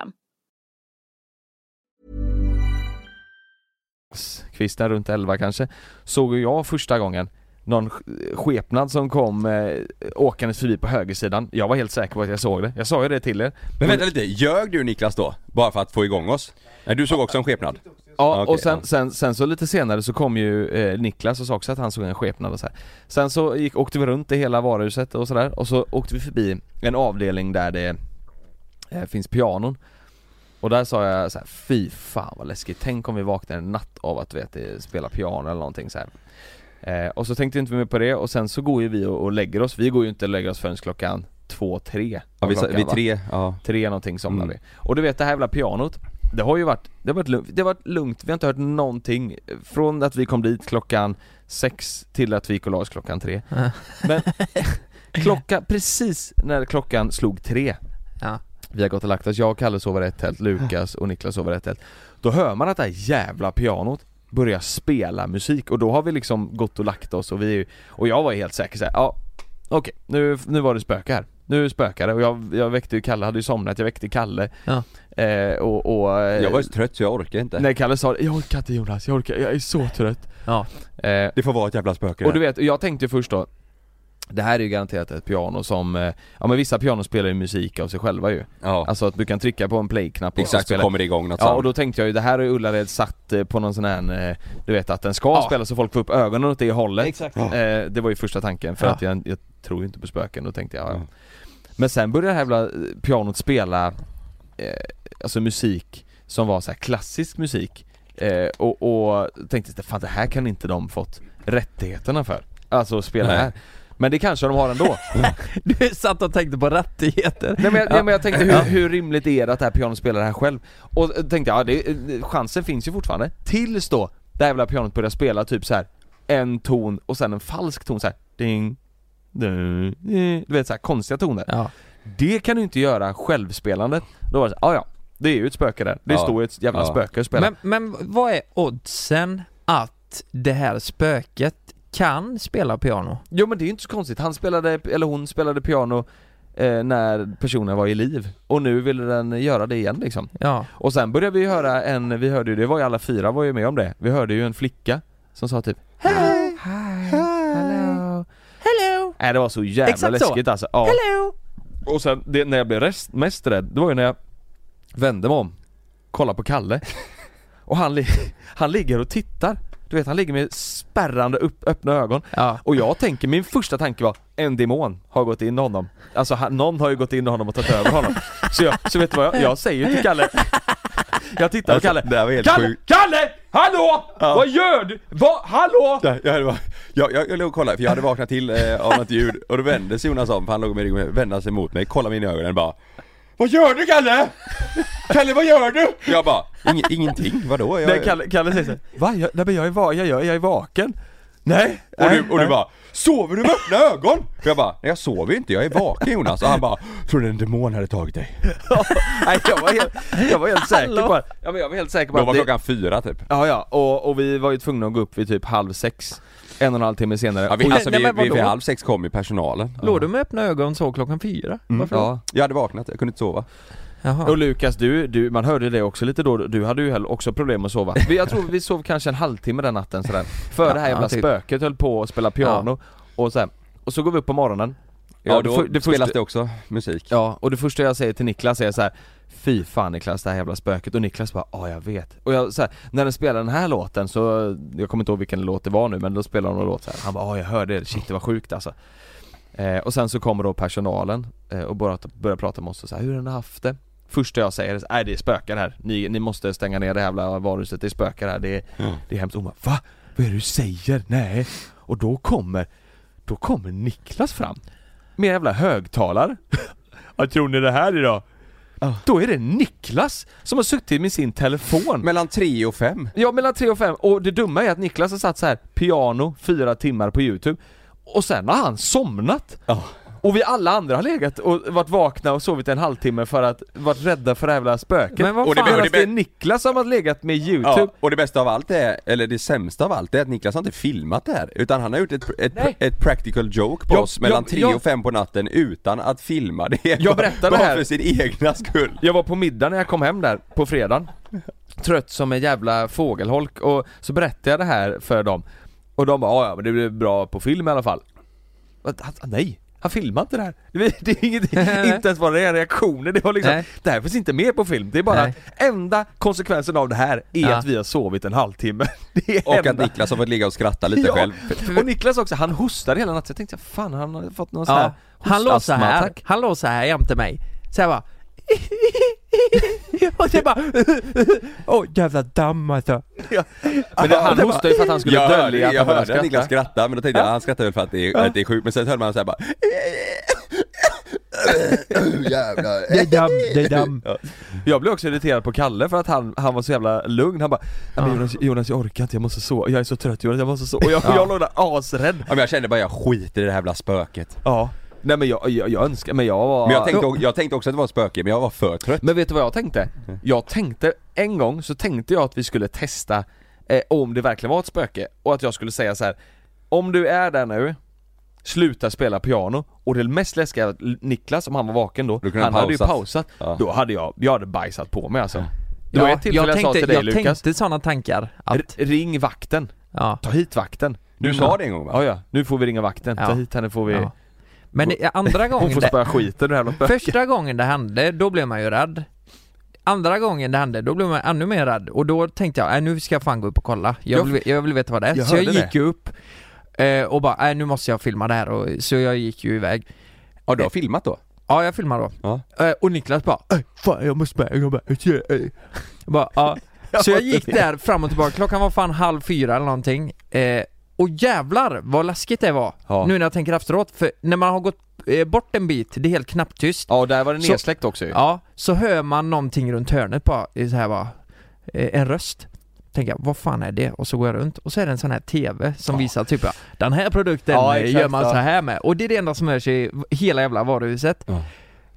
S2: kvisten runt 11 kanske, såg ju jag första gången någon sk- skepnad som kom eh, åkandes förbi på högersidan. Jag var helt säker på att jag såg det. Jag sa ju det till er.
S3: Men vänta lite, ljög du Niklas då? Bara för att få igång oss? Nej du såg också en skepnad?
S2: Ja,
S3: Ah, Okej,
S2: och sen,
S3: ja.
S2: sen, sen så lite senare så kom ju eh, Niklas och sa också att han såg en skepnad och så här. Sen så gick, åkte vi runt i hela varuhuset och sådär och så åkte vi förbi en avdelning där det eh, finns pianon. Och där sa jag så här, fy fan vad läskigt, tänk om vi vaknar en natt av att du vet, eh, spela piano eller någonting så här. Eh, och så tänkte inte vi mer på det och sen så går ju vi och, och lägger oss, vi går ju inte och lägger oss förrän klockan två, tre
S3: Ja, vi, sa-
S2: klockan,
S3: vi
S2: va?
S3: tre, ja.
S2: Tre någonting somnade
S3: Mm.
S2: vi. Och du vet det här jävla pianot Det har ju varit, det har varit lugnt, det har varit lugnt. vi har inte hört någonting Från att vi kom dit klockan sex till att vi gick och la oss klockan tre
S4: Ja.
S2: Men klocka, precis när klockan slog tre
S4: Ja.
S2: Vi har gått och lagt oss, jag och Kalle sover i ett tält, Lukas och Niklas sover i ett tält Då hör man att det här jävla pianot börjar spela musik och då har vi liksom gått och lagt oss och vi är ju, och jag var ju helt säker såhär, ja Okej, nu, nu var det spöke här. Nu spökar det och jag, jag väckte ju Kalle, hade ju somnat, jag väckte Kalle
S4: Ja.
S2: eh, och, och eh,
S3: Jag var ju så trött så jag orkar inte.
S2: När Kalle sa det, jag orkar inte Jonas, jag orkar, jag är så trött
S4: Ja.
S2: eh,
S3: Det får vara ett jävla spöke
S2: och du vet, jag tänkte ju först då Det här är ju garanterat ett piano som, eh, ja men vissa pianon spelar ju musik av sig själva ju
S3: Ja,
S2: Alltså att du kan trycka på en play-knapp och
S3: exakt så
S2: spela
S3: kommer det igång något
S2: Ja
S3: ja,
S2: och då tänkte jag ju, det här har ju Ullared satt eh, på någon sån här, eh, du vet att den ska
S4: Ja.
S2: spela så folk får upp ögonen åt det hållet
S4: Exakt.
S2: eh, Det var ju första tanken för
S4: Ja.
S2: att jag, jag tror ju inte på spöken, då tänkte jag ja.
S3: Ja.
S2: Men sen började det här jävla eh, pianot spela eh, Alltså musik som var så här klassisk musik eh, och, och tänkte så här, fan det här kan inte de fått rättigheterna för Alltså att spela
S3: Nej.
S2: här Men det kanske de har ändå
S4: Du satt och tänkte på rättigheter.
S2: Nej men jag, nej, men jag tänkte hur,
S4: Ja.
S2: hur rimligt är det att det här pianot spelar det här själv? Och eh, tänkte ja, det, eh, chansen finns ju fortfarande Tills då det här jävla pianot börjar spela typ så här en ton och sen en falsk ton så här. ding, du vet så här konstiga toner.
S4: Ja.
S2: Det kan du inte göra självspelandet. Då var det såhär, ah, ja det är ju ett spöke där. Det
S3: Ja.
S2: står ju ett jävla
S3: Ja.
S2: spöke och spelar.
S4: Men, men vad är oddsen att det här spöket kan spela piano?
S2: Jo men det är ju inte så konstigt, han spelade, eller hon spelade piano eh, när personen var i liv och nu ville den göra det igen liksom.
S4: Ja.
S2: Och sen började vi höra en, vi hörde ju, det var ju alla fyra var ju med om det, vi hörde ju en flicka som sa typ Hej! Hello!
S4: Hello!
S2: Nej det var så jävla
S4: Exakt så.
S2: läskigt alltså. Ja.
S4: Hello!
S2: Och sen det, när jag blev rest, mest rädd, det var ju när jag vände mig om, kollade på Kalle och han, li- han ligger och tittar. Du vet han ligger med spärrande upp, öppna ögon
S4: Ja.
S2: och jag tänker, min första tanke var en demon har gått in i honom Alltså han, någon har ju gått in i honom och tagit över honom Så, jag, så vet du vad jag, jag säger till Kalle Jag tittar på
S3: Alltså,
S2: Kalle
S3: det här var helt
S2: Kalle,
S3: sjukt.
S2: Kalle! Hallå! Vad gör du? Va? Hallå?
S3: Nej, Jag, hade bara, jag, jag, jag låg och kollade för jag hade vaknat till eh, av något ljud och då vände sig Jonas om för han låg med ryggen vände sig mot mig, kollade mig in i ögonen och bara Vad gör du Kalle? Kalle vad gör du? Jag bara, "Ing- ingenting, vadå? Jag,
S2: Nej, Kalle, Kalle säger såhär, va? Jag, nej men jag är, va, jag, jag, jag är vaken Nej,
S3: Och
S2: nej,
S3: du, och du
S2: nej.
S3: bara Sover du med öppna ögon? Och jag bara, nej jag sover ju inte, jag är vaken Jonas. Och han bara, tror du en demon hade tagit dig?
S2: Nej jag var helt, jag var helt säker på ja, men jag var helt säker på
S3: Då var
S2: det-
S3: klockan fyra typ.
S2: Ja ja, och, och vi var ju tvungna att gå upp vid typ halv sex En och en halv timme senare
S3: Ja, vi,
S2: Och-
S3: alltså
S4: nej,
S3: vi,
S4: men
S3: vi, vid
S4: vadå?
S3: halv sex kom ju personalen.
S4: Låg du med öppna ögon så klockan fyra? Varför?
S2: Mm, ja.
S3: Jag hade vaknat, jag kunde inte sova.
S2: Och
S4: Jaha.
S2: Lukas, du, du, man hörde det också lite då, du hade ju heller också problem att sova. Vi- Jag tror vi sov kanske en halvtimme den natten sådär. För det här
S4: Ja,
S2: jävla
S4: typ.
S2: spöket höll på att spela piano och sådär. Och så går vi upp på morgonen.
S3: Ja,
S2: det
S3: då
S2: för- det
S3: spelas
S2: första-
S3: det också musik.
S2: Ja, och det första jag säger till Niklas är så här. Fy fan Niklas, det här jävla spöket. Och Niklas bara, ja jag vet. Och jag, så här, när den spelade den här låten så, jag kommer inte ihåg vilken låt det var nu men då spelade de en låt så här. Han bara, ja jag hörde det, shit det var sjukt alltså. Eh, och sen så kommer då personalen eh, och börjar, börjar prata med oss och så här, hur har ni haft det? Första jag säger är, nej det är spöken här. Ni, ni måste stänga ner det här jävla varuhuset, det är spöken här. Det är, det är hemskt. Hon bara, va? Vad är det du säger? Nej. Och då kommer, då kommer Niklas fram. Med jävla högtalare. Vad tror ni det här är då? Då är det Niklas som har suttit med sin telefon.
S3: Mellan tre och fem.
S2: Ja, mellan tre och fem. Och det dumma är att Niklas har satt så här piano fyra timmar på Youtube. Och sen har han somnat. Och vi alla andra har legat och varit vakna och sovit en halvtimme för att varit rädda för det här jävla spöket.
S4: Men vad
S2: och det,
S4: fan-
S2: medan
S3: och det-
S2: det är Niklas som har legat med
S3: Ja,
S2: Youtube.
S3: och det bästa av allt är, eller det sämsta av allt är att Niklas har inte filmat det här utan han har gjort ett, ett,
S2: Nej.
S3: ett practical joke på
S2: Ja,
S3: oss mellan
S2: ja,
S3: 3
S2: ja.
S3: och 5 på natten utan att filma det.
S2: Jag berättar det
S3: Bara
S2: här.
S3: för sin egna skull.
S2: Jag var på middag när jag kom hem där på fredagen Trött som en jävla fågelholk och så berättade jag det här för dem Och de bara "Ja, ja men det blev bra på film i alla fall Vad- han, Nej, han filmade inte det här Det är inget, inte ens vad det är reaktioner, det var liksom
S4: Nej.
S2: Det här finns inte med på film, det är bara
S4: Nej.
S2: att enda konsekvensen av det här är
S4: Ja.
S2: att vi har sovit en halvtimme Det är
S3: Och att
S2: enda.
S3: Niklas har fått ligga och skratta lite
S2: Ja,
S3: själv.
S2: och Niklas också, han hostade hela natten, jag tänkte fan han har fått någon sån här
S4: Ja. Han låg så här,
S2: hostastmaattack.
S4: han låg så här jämte mig. Så jag bara och det bara Åh jävla damm alltså.
S2: Ja. Men det, han hostade ju för att han skulle
S3: jag hörde,
S2: dölja att
S3: jag
S2: han började
S3: hörde att
S2: skratta
S3: Niklas skratta men då tänkte jag han skrattar väl för att det är, att det är sjukt men sen hörde man såhär bara Jävlar.
S4: Det är damm, det är damm.
S2: Jag blev också irriterad på Kalle för att han, han var så jävla lugn, han bara "Nej, men Jonas, Jonas jag orkar inte, jag måste sova, jag är så trött Jonas, jag måste sova Och jag, jag låg där asrädd
S3: Ja, men jag kände bara jag skiter i det här jävla spöket.
S2: Ja Nej men jag, jag, jag önskar, men jag var
S3: Men jag tänkte, o- jag tänkte också att det var ett spöke men jag var för trött.
S2: Men vet du vad jag tänkte? Jag tänkte, en gång så tänkte jag att vi skulle testa eh, om det verkligen var ett spöke och att jag skulle säga så här. Om du är där nu, sluta spela piano och det mest läskiga är att L- Niklas, om han var vaken då,
S3: Då kunde
S2: han
S3: han
S2: hade ju
S3: pausat.
S2: pausat
S3: Ja.
S2: Då hade jag, jag hade bajsat på mig alltså Det var
S4: Ja,
S2: ett tillfälle jag, sa till dig
S4: jag
S2: Lukas
S4: tänkte sådana tankar att,
S2: R- Ring vakten,
S4: ja.
S2: ta hit vakten
S3: Du sa det en gång va?
S2: Mm. Ja, ja, nu får vi ringa vakten, ta
S4: Ja.
S2: hit henne får vi
S4: ja. Men det- andra
S2: Hon
S4: gången,
S2: får
S4: det,
S2: spöa skiten det här loppet
S4: första gången det hände, då blev man ju rädd. Andra gången det hände, då blev man ännu mer rädd och då tänkte jag, "Nej, nu ska jag fan gå upp och kolla. Jag
S2: Jag-
S4: vill, jag vill veta vad det är.
S2: Jag
S4: så jag
S2: hörde
S4: gick ju upp eh, och bara, "Nej, nu måste jag filma det här och, så jag gick ju iväg.
S3: Ja du har filmat då?
S4: Ja, jag filmar då.
S3: Ja.
S4: Eh, Och Niklas bara "Ey, Fan jag måste med, jag bara, "Tjena, ey." jag bara ja. Så jag gick där fram och tillbaka, klockan var fan halv fyra eller någonting eh, Och jävlar vad läskigt det var!
S2: Ja.
S4: Nu när jag tänker efteråt, för när man har gått eh, bort en bit, det är helt knapptyst
S2: Ja, och där var det
S4: Så-
S2: Typ. nedsläckt också ju
S4: Ja, så hör man någonting runt hörnet bara, eh, så här bara eh, En röst tänka, vad fan är det? Och så går jag runt och så är det en sån här TV som visar typ ja, den här produkten
S2: Ja,
S4: eh,
S2: exakt,
S4: gör man
S2: ja.
S4: så här med. Och det är det enda som hörs i v- hela jävla varuhuset.
S3: Ja.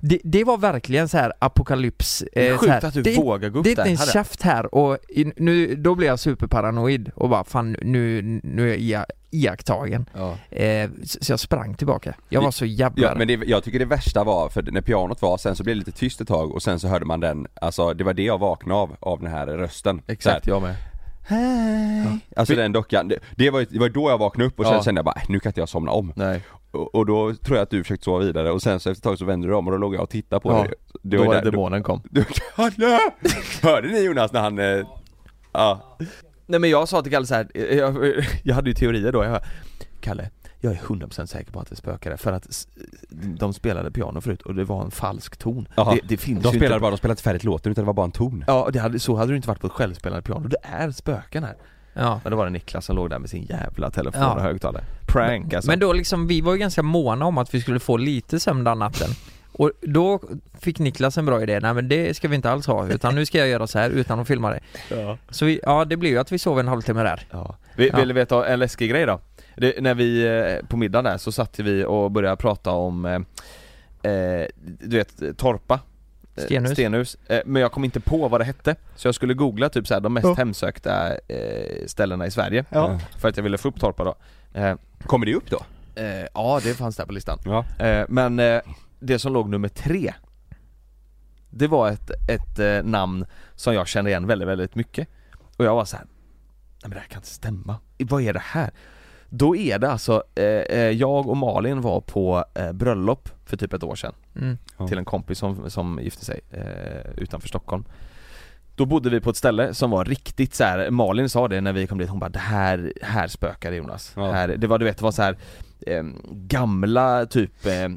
S4: Det, det var verkligen så här apokalyps... eh,
S2: Det är
S4: så här.
S2: sjukt att du
S4: det, är-
S2: vågar gå upp
S4: det är
S2: där.
S4: inte en
S2: Hade-
S4: käft här och i- nu, då blir jag superparanoid och bara fan nu, nu är jag ia- iakttagen.
S2: Ja.
S4: Eh, så så jag sprang tillbaka. Jag var så jävla
S3: Ja, men det, jag tycker det värsta var, för när pianot var, sen så blev det lite tyst ett tag och sen så hörde man den, alltså det var det jag vaknade av, av den här rösten.
S2: Exakt,
S3: Så
S2: jag med.
S3: här, Alltså den dockan, det, det, var, ju- det var då jag vaknade upp och sen
S2: Ja.
S3: kände jag bara, "Äh, nu kan inte jag somna om.
S2: Nej.
S3: Och, och då tror jag att du försökte sova vidare och sen så efter ett tag så vände du om och då låg jag och tittade på
S2: Ja,
S3: dig. Det
S2: Då var det
S3: där-
S2: demonen kom.
S3: Du, Kalle! Hörde ni Jonas när han... eh, Ja.
S2: Nej men jag sa till Kalle så här, eh, jag, jag hade ju teorier då, jag bara, Kalle, jag är 100% säker på att det spökade för att s- de spelade piano förut och det var en falsk ton.
S3: Jaha.
S2: Det, det finns
S3: De
S2: ju
S3: spelade
S2: inte.
S3: bara, de spelade inte färdigt låten utan det var bara en ton.
S2: Ja, det hade, så hade du inte varit på ett självspelande piano, det är spöken här.
S4: ja.
S2: Men då var det Niklas som låg där med sin jävla telefon
S4: Ja.
S2: och högtalare. Prank alltså.
S4: Men då liksom, vi var ju ganska måna om att vi skulle få lite sömn den natten. Och då fick Niklas en bra idé, nej men det ska vi inte alls ha utan nu ska jag göra så här utan att filma det.
S2: ja.
S4: Så vi, ja det blev ju att vi sov en halvtimme där.
S2: Ja. Vi,
S4: Ja.
S2: Vill du veta en läskig grej då? Det, när vi, eh, på middagen där så satt vi och började prata om, eh, eh, du vet, torpa Eh,
S4: Stenhus.
S2: Stenhus. Eh, Men jag kom inte på vad det hette, så jag skulle googla typ så här, de mest
S4: Ja.
S2: hemsökta eh, ställena i Sverige
S3: Ja.
S2: För att jag ville få upp torpa då eh,
S3: Eh, Kommer det upp då?
S2: eh, Ja det fanns där på listan
S3: Ja.
S2: eh, Men eh, det som låg nummer tre Det var ett, ett eh, namn som jag kände igen väldigt väldigt mycket Och jag var så här. Nej men det här kan inte stämma, vad är det här? Då är det alltså, eh, eh, jag och Malin var på eh, bröllop för typ ett år sedan
S4: Mm.
S3: Ja.
S2: till en kompis som, som gifte sig eh, utanför Stockholm Då bodde vi på ett ställe som var riktigt så här. Malin sa det när vi kom dit, hon bara det här, här spökar det Jonas
S3: Ja.
S2: här, Det var du vet, det var så här eh, gamla typ eh,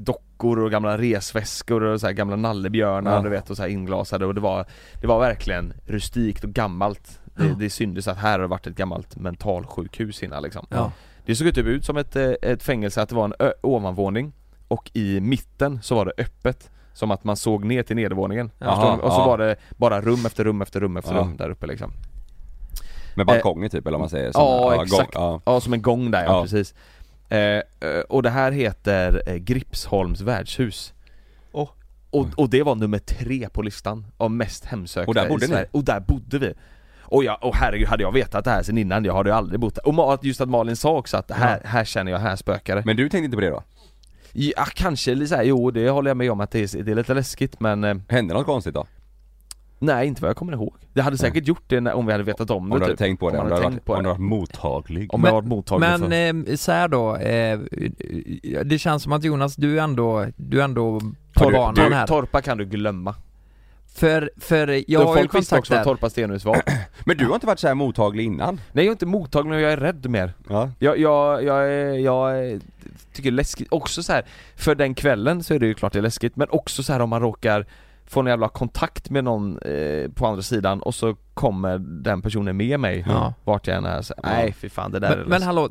S2: dockor och gamla resväskor och så här, gamla nallebjörnar
S3: Ja.
S2: du vet och så här inglasade och det var Det var verkligen rustikt och gammalt Det, det syntes att här har det varit ett gammalt mentalsjukhus innan liksom
S4: Ja.
S2: det såg typ ut som ett, eh, ett fängelse, att det var en ö- ovanvåning och i mitten så var det öppet Som att man såg ner till nedervåningen,
S3: Jaha,
S2: förstår du? Och så
S3: ja.
S2: var det bara rum efter rum efter rum efter
S3: Ja.
S2: rum där uppe liksom
S3: Med balkonger typ eller om man säger såna-
S2: Ja,
S3: gång-
S2: exakt.
S3: ja.
S2: Ja som en gång där ja,
S3: Ja.
S2: precis eh, eh, Och det här heter eh, Gripsholms värdshus och, och det var nummer tre på listan av mest hemsökta
S3: Och där
S2: i
S3: bodde ni?
S2: Sverige. Och där bodde vi Och jag, och herregud hade jag vetat det här sen innan, jag hade ju aldrig bott där Och Ma- just att Malin sa också att här, här känner jag, här spökar det
S3: Men du tänkte inte på det då?
S2: Ja, kanske lite såhär, jo det håller jag med om att det är, det är lite läskigt men eh,
S3: Hände något konstigt då?
S2: Nej inte vad jag kommer ihåg Det hade säkert gjort det när, om vi hade vetat om,
S3: Om
S2: det
S3: du hade tänkt på det?
S2: typ, Om, man
S3: Om du
S2: hade
S3: hade
S2: tänkt
S3: varit,
S2: på det.
S3: om du hade varit mottaglig?
S2: Om
S4: Men-
S2: jag varit mottaglig
S4: Men
S2: för
S4: eh, så här då, eh, det känns som att Jonas du är ändå, du är ändå på
S3: Ja, du-
S4: banan
S2: du,
S4: här.
S2: Torpa kan du glömma
S4: För, för
S2: jag
S4: jag har ju
S2: Folk visste också vad
S4: kontakter.
S2: Torpa Stenhus var
S3: Men du har inte varit så här mottaglig innan?
S2: Nej jag är inte mottaglig men jag är rädd mer
S3: Ja.
S2: Jag, jag, jag, är- jag är- tycker det är läskigt också så här. för den kvällen så är det ju klart det är läskigt men också så här om man råkar få en jävla kontakt med någon eh, på andra sidan och så kommer den personen med mig
S4: Ja.
S2: vart jag än är så, nej fy fan det där är
S4: Men, men
S2: läskigt.
S4: hallå,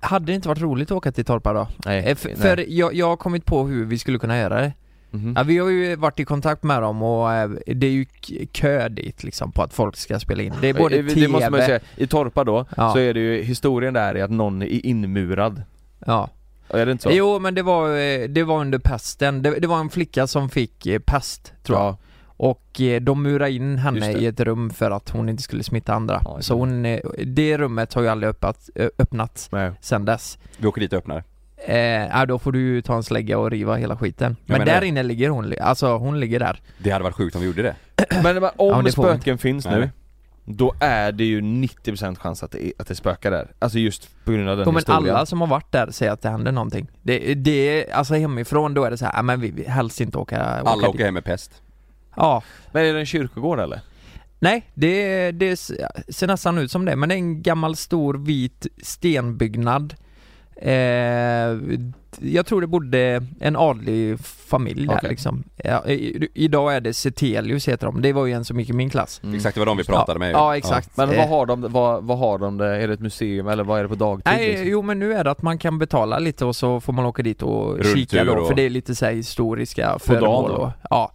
S4: hade det inte varit roligt att åka till Torpa då?
S2: nej,
S4: Eh, f- För jag, jag har kommit på hur vi skulle kunna göra det.
S2: Mhm.
S4: Ja, vi har ju varit i kontakt med dem och eh, det är ju k- kö dit liksom på att folk ska spela in. Det är både
S2: Eh,
S4: TV...
S2: det måste man ju säga, i Torpa då,
S4: Ja.
S2: så är det ju, historien där är att någon är inmurad.
S4: Ja.
S2: Är det inte så?
S4: Jo men det var, eh, det var under pesten. Det, det var en flicka som fick eh, pest tror jag.
S2: Ja.
S4: Och eh, de murade in
S2: Just
S4: henne
S2: det.
S4: i ett rum för att hon inte skulle smitta andra.
S2: Ja, just
S4: Så
S2: det.
S4: hon, eh, det rummet har ju aldrig öppnat, ö- öppnats
S2: Nej.
S4: sen dess.
S3: Vi åker dit och öppnar.
S4: Eh, ja, då får du ju ta en slägga och riva hela skiten.
S3: Jag
S4: Men
S3: menar
S4: där
S3: det.
S4: inne ligger hon, li- alltså hon ligger där.
S3: Det hade varit sjukt om vi gjorde det.
S2: Men om
S4: Ja, det får man
S2: spöken finns
S3: Nej,
S2: nu, då är det ju 90% chans att det, är, att det spökar där. Alltså just på grund av den
S4: Jo men
S2: historien.
S4: alla som har varit där säger att det händer någonting. Det, det alltså hemifrån då är det så här, "Ah, men vi vill helst inte åka, åka
S3: Alla
S4: dit."
S3: åker hem med pest.
S4: Ja.
S2: Men är det en kyrkogård eller?
S4: Nej, det, det s- ser nästan ut som det, men det är en gammal stor vit stenbyggnad. Eh, jag tror det bodde en adlig familj där
S2: Okej.
S4: liksom. Ja, i, idag är det Setelius heter de, det var ju en som gick i min klass.
S3: Exakt, det var de vi Mm, pratade
S4: ja.
S3: med ju.
S4: Ja, exakt.
S2: Men
S4: Eh,
S2: vad har de, vad, vad har de det? Är det ett museum eller vad är det på dagtid?
S4: Nej,
S2: liksom?
S4: jo men nu är det att man kan betala lite och så får man åka dit och
S3: Rulltur
S4: kika då,
S3: och-
S4: för det är lite så här historiska
S2: dagen
S4: föremål
S2: då?
S4: och, ja.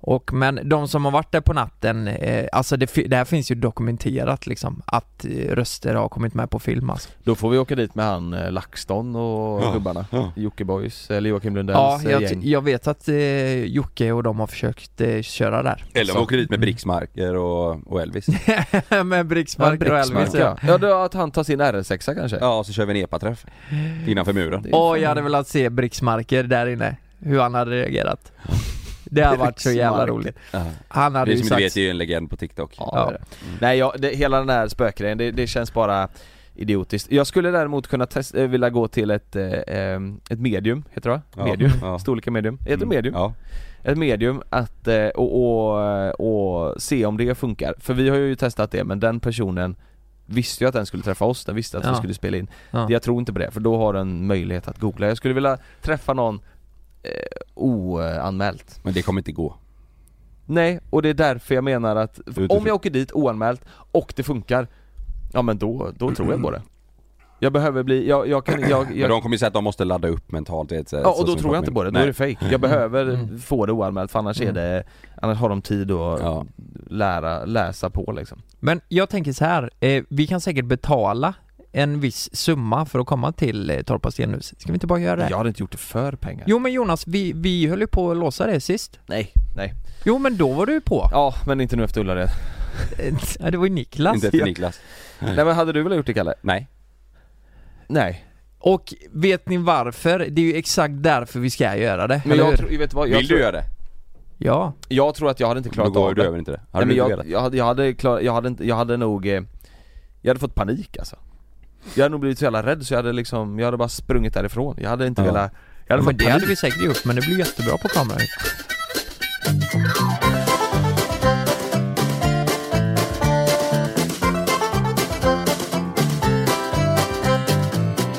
S4: Och men de som har varit där på natten, eh, alltså det, fi- det här finns ju dokumenterat liksom att eh, röster har kommit med på film alltså.
S2: Då får vi åka dit med han eh, LaxTon och
S3: Ja,
S2: gubbarna
S3: ja.
S2: Jockebois, eller Joakim
S4: Ja,
S2: Lundells eh,
S4: jag,
S2: gäng
S4: jag vet att eh, Jocke och de har försökt eh, köra där.
S3: Eller
S4: Så.
S3: de åker dit
S2: Mm.
S3: med Bricksmarker och, och Elvis.
S4: med Bricksmark och Elvis ja.
S2: ja. ja, då att han tar sin RS6 kanske?
S3: Ja, och så kör vi en epaträff. Innanför muren.
S2: Det är ju
S4: Åh,
S2: fan-
S4: jag hade velat se Bricksmarker där inne, hur han hade reagerat. Det har varit så jävla
S2: Bricksmarker.
S4: roligt.
S3: Ja.
S4: Han hade
S3: Det
S4: ju
S3: som ni
S4: sagt...
S3: vet är ju en legend på TikTok.
S2: Ja,
S4: Ja.
S2: det är det. Nej, jag, det, hela den här spökgrejen, det, det känns bara idiotiskt. Jag skulle däremot kunna test, eh, vilja gå till ett, eh, eh, ett medium, heter det va?
S3: Ja,
S2: Medium,
S3: ja.
S2: storleken medium. Heter det
S3: Mm.
S2: medium?
S3: Ja.
S2: Ett medium att, eh, och, och, och se om det funkar. För vi har ju testat det men den personen visste ju att den skulle träffa oss, den visste att
S4: Ja.
S2: vi skulle spela in.
S4: Ja.
S2: Jag tror inte på det för då har den möjlighet att googla. Jag skulle vilja träffa någon eh, oanmält.
S3: Men det kommer inte gå.
S2: Nej, och det är därför jag menar att om
S3: typ-
S2: jag åker dit oanmält och det funkar, ja men då, då tror jag på det. Jag behöver bli, jag, jag kan, jag,
S3: Men
S2: jag
S3: de kommer ju säga att de måste ladda upp mentalt. Vet,
S2: Ja och då tror jag inte på det, då är det fake. Jag behöver
S4: Mm.
S2: få det oanmält för annars är det, annars har de tid att
S3: Mm. Ja.
S2: lära, läsa på liksom.
S4: Men jag tänker så här, eh, vi kan säkert betala en viss summa för att komma till eh, Torpa stenhus. Ska vi inte bara göra det?
S2: Jag hade inte gjort det för pengar.
S4: Jo men Jonas, vi, vi höll ju på att låsa det sist.
S2: Nej, nej.
S4: Jo men då var du ju på.
S2: Ja men inte nu efter Ullared.
S4: Ja. Det var ju Niklas.
S2: Alltså,
S3: Inte efter Niklas.
S2: Nej men hade du velat gjort det Kalle?
S3: Nej.
S2: Nej.
S4: Och vet ni varför? Det är ju exakt därför vi ska göra det,
S2: Men
S4: eller hur?
S2: jag tror, vet du vad? Jag
S3: Vill
S2: tror,
S3: du göra det?
S4: Ja.
S2: Jag tror att jag hade inte
S3: Då
S2: klarat
S3: går
S2: av
S3: du
S2: det.
S3: över inte det.
S2: Nej,
S3: Hade
S2: men
S3: du inte velat?
S2: jag, jag, hade, jag, hade klar, jag, hade inte, jag hade nog eh, Jag hade fått panik alltså Jag hade nog blivit så jävla rädd så jag hade liksom, jag hade bara sprungit därifrån Jag hade inte
S3: Ja.
S2: velat Jag hade
S4: Men
S2: fått
S4: det hade
S2: panik
S4: vi säkert gjort, men det blir jättebra på kameran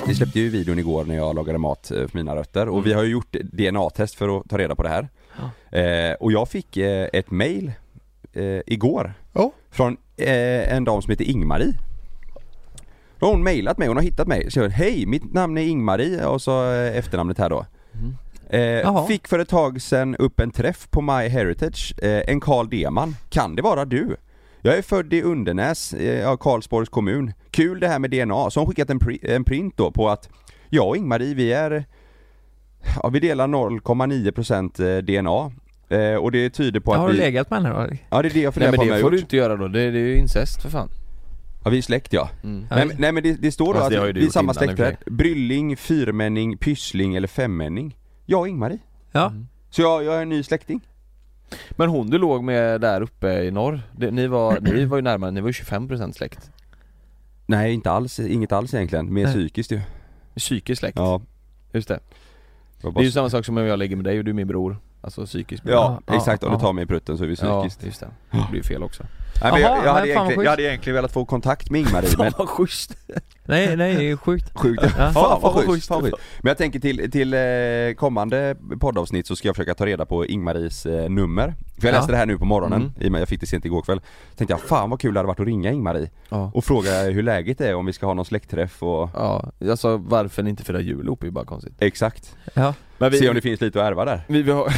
S3: Vi släppte ju videon igår när jag lagade mat eh, för mina rötter och vi har ju gjort DNA-test för att ta reda på det här. Eh, och jag fick eh, ett mail eh, igår
S4: Ja.
S3: från eh, en dam som heter Ingmarie. Då har hon mailat mig, hon har hittat mig. Så jag, hej, mitt namn är Ingmarie och så eh, efternamnet här då. Eh,
S4: Jaha.
S3: fick för ett tag sedan upp en träff på My Heritage, eh, en Karl Deman. Kan det vara du? Jag är född i Undernäs, eh, ja, Karlsborgs kommun. Kul det här med DNA. Så har hon skickat en, pri- en print då på att jag och Ingmarie vi är, ja, vi delar 0,9% eh, DNA. Eh, och det tyder på
S4: Har
S3: att
S4: du
S3: vi...
S4: legat med henne då?
S3: Ja det är det jag
S2: Nej
S3: funderar på
S2: men
S3: om jag
S2: det
S3: har
S2: får du
S3: gjort.
S2: inte göra då, det, det är ju incest för fan Mm.
S3: Ja vi är släkt ja. Nej, men- nej men det, det står då
S2: Fast det har ju
S3: att
S2: du
S3: vi är
S2: gjort
S3: samma
S2: innan i och för
S3: släktträd. Brylling, fyrmänning, pyssling eller femmänning. Jag och Ingmarie.
S4: Ja.
S3: Så jag, jag är en ny släkting.
S2: Mm. Men hon du låg med där uppe i norr, det, ni, var, ni var ju närmare, ni var ju 25% släkt
S3: Nej inte alls, inget alls egentligen. Mer
S4: Nej.
S3: psykiskt ju.
S2: Psykisk släkt,
S3: Ja.
S2: just det
S3: Det var
S2: Det är
S3: bara-
S2: ju samma sak som om jag ligger med dig och du är min bror Alltså psykisk bror
S3: Ja,
S4: Ja,
S3: exakt, om
S4: ja.
S3: du tar mig i prutten så är vi
S2: Ja,
S3: psykiskt.
S2: just det, det blir ju fel också
S3: Nej, men
S4: Jaha,
S3: jag, jag, hade
S4: men fan vad
S3: egentligen,
S4: sjukt.
S3: jag hade egentligen velat få kontakt med Ingmarie men
S2: vad schysst!
S4: Nej, nej, det är sjukt.
S3: Sjukt,
S4: Ja.
S3: fan,
S2: Fan, vad
S3: vad schysst,
S2: schysst.
S3: fan vad schysst. Men jag tänker till, till eh, kommande poddavsnitt så ska jag försöka ta reda på Ingmaries eh, nummer För jag
S4: Ja.
S3: läste det här nu på morgonen,
S2: Mm.
S3: i och med jag fick det sent igår kväll Tänkte jag, fan vad kul det hade varit att ringa Ingmarie
S2: Ja.
S3: och fråga hur läget är, om vi ska ha någon släktträff och
S2: Ja, alltså varför ni inte firar jul ihop är ju bara konstigt
S3: Exakt,
S4: Ja.
S2: Men
S3: se om det finns lite att ärva där
S2: vi, vi har,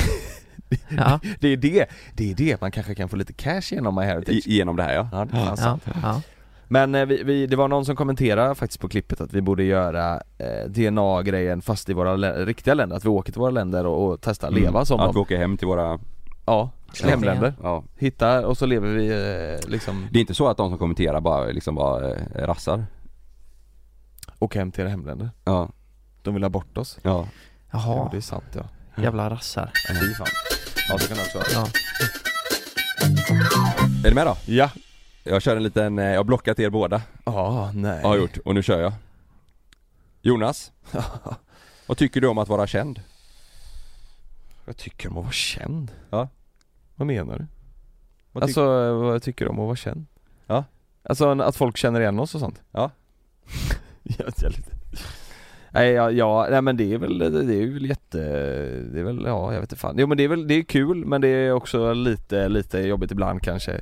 S4: Ja.
S2: Det är det, det är det, man kanske kan få lite cash genom My Heritage
S3: I, Genom det här ja
S2: Ja, det är fan
S4: Ja.
S2: sant.
S4: Ja.
S2: Men eh, vi, vi, det var någon som kommenterade faktiskt på klippet att vi borde göra eh, DNA-grejen fast i våra lä- riktiga länder, att vi åker till våra länder och, och testar leva som
S3: Mm. Att vi
S2: dem
S3: åker hem till våra,
S2: Mm. Ja,
S4: Släktingar.
S2: hemländer
S3: ja
S2: Hitta och så lever vi eh, liksom,
S3: Det är inte så att de som kommenterar bara liksom var eh, rassar
S2: åker hem till era hemländer
S3: Ja,
S2: De vill ha bort oss
S3: ja
S2: Ja, det
S4: Jaha,
S2: är sant ja
S4: jävla rassar.
S2: Ja, Fy fan Ja det kan också vara
S4: Ja.
S3: Är du med då?
S2: Ja!
S3: Jag kör en liten, eh, jag har blockat er båda
S2: Ja, nej
S3: Ja, har jag gjort och nu kör jag. Jonas, vad tycker du om att vara känd?
S2: Jag tycker om att vara känd
S3: Ja.
S2: Vad menar du?
S3: Vad
S2: alltså vad jag tycker om att vara känd?
S3: Ja.
S2: Alltså en- att folk känner igen oss och sånt?
S3: Ja.
S2: ja, det är lite. Nej ja, ja, nej men det är väl, det är väl jätte, det är väl, ja jag vet inte fan. Jo men det är väl, det är kul men det är också lite, lite jobbigt ibland kanske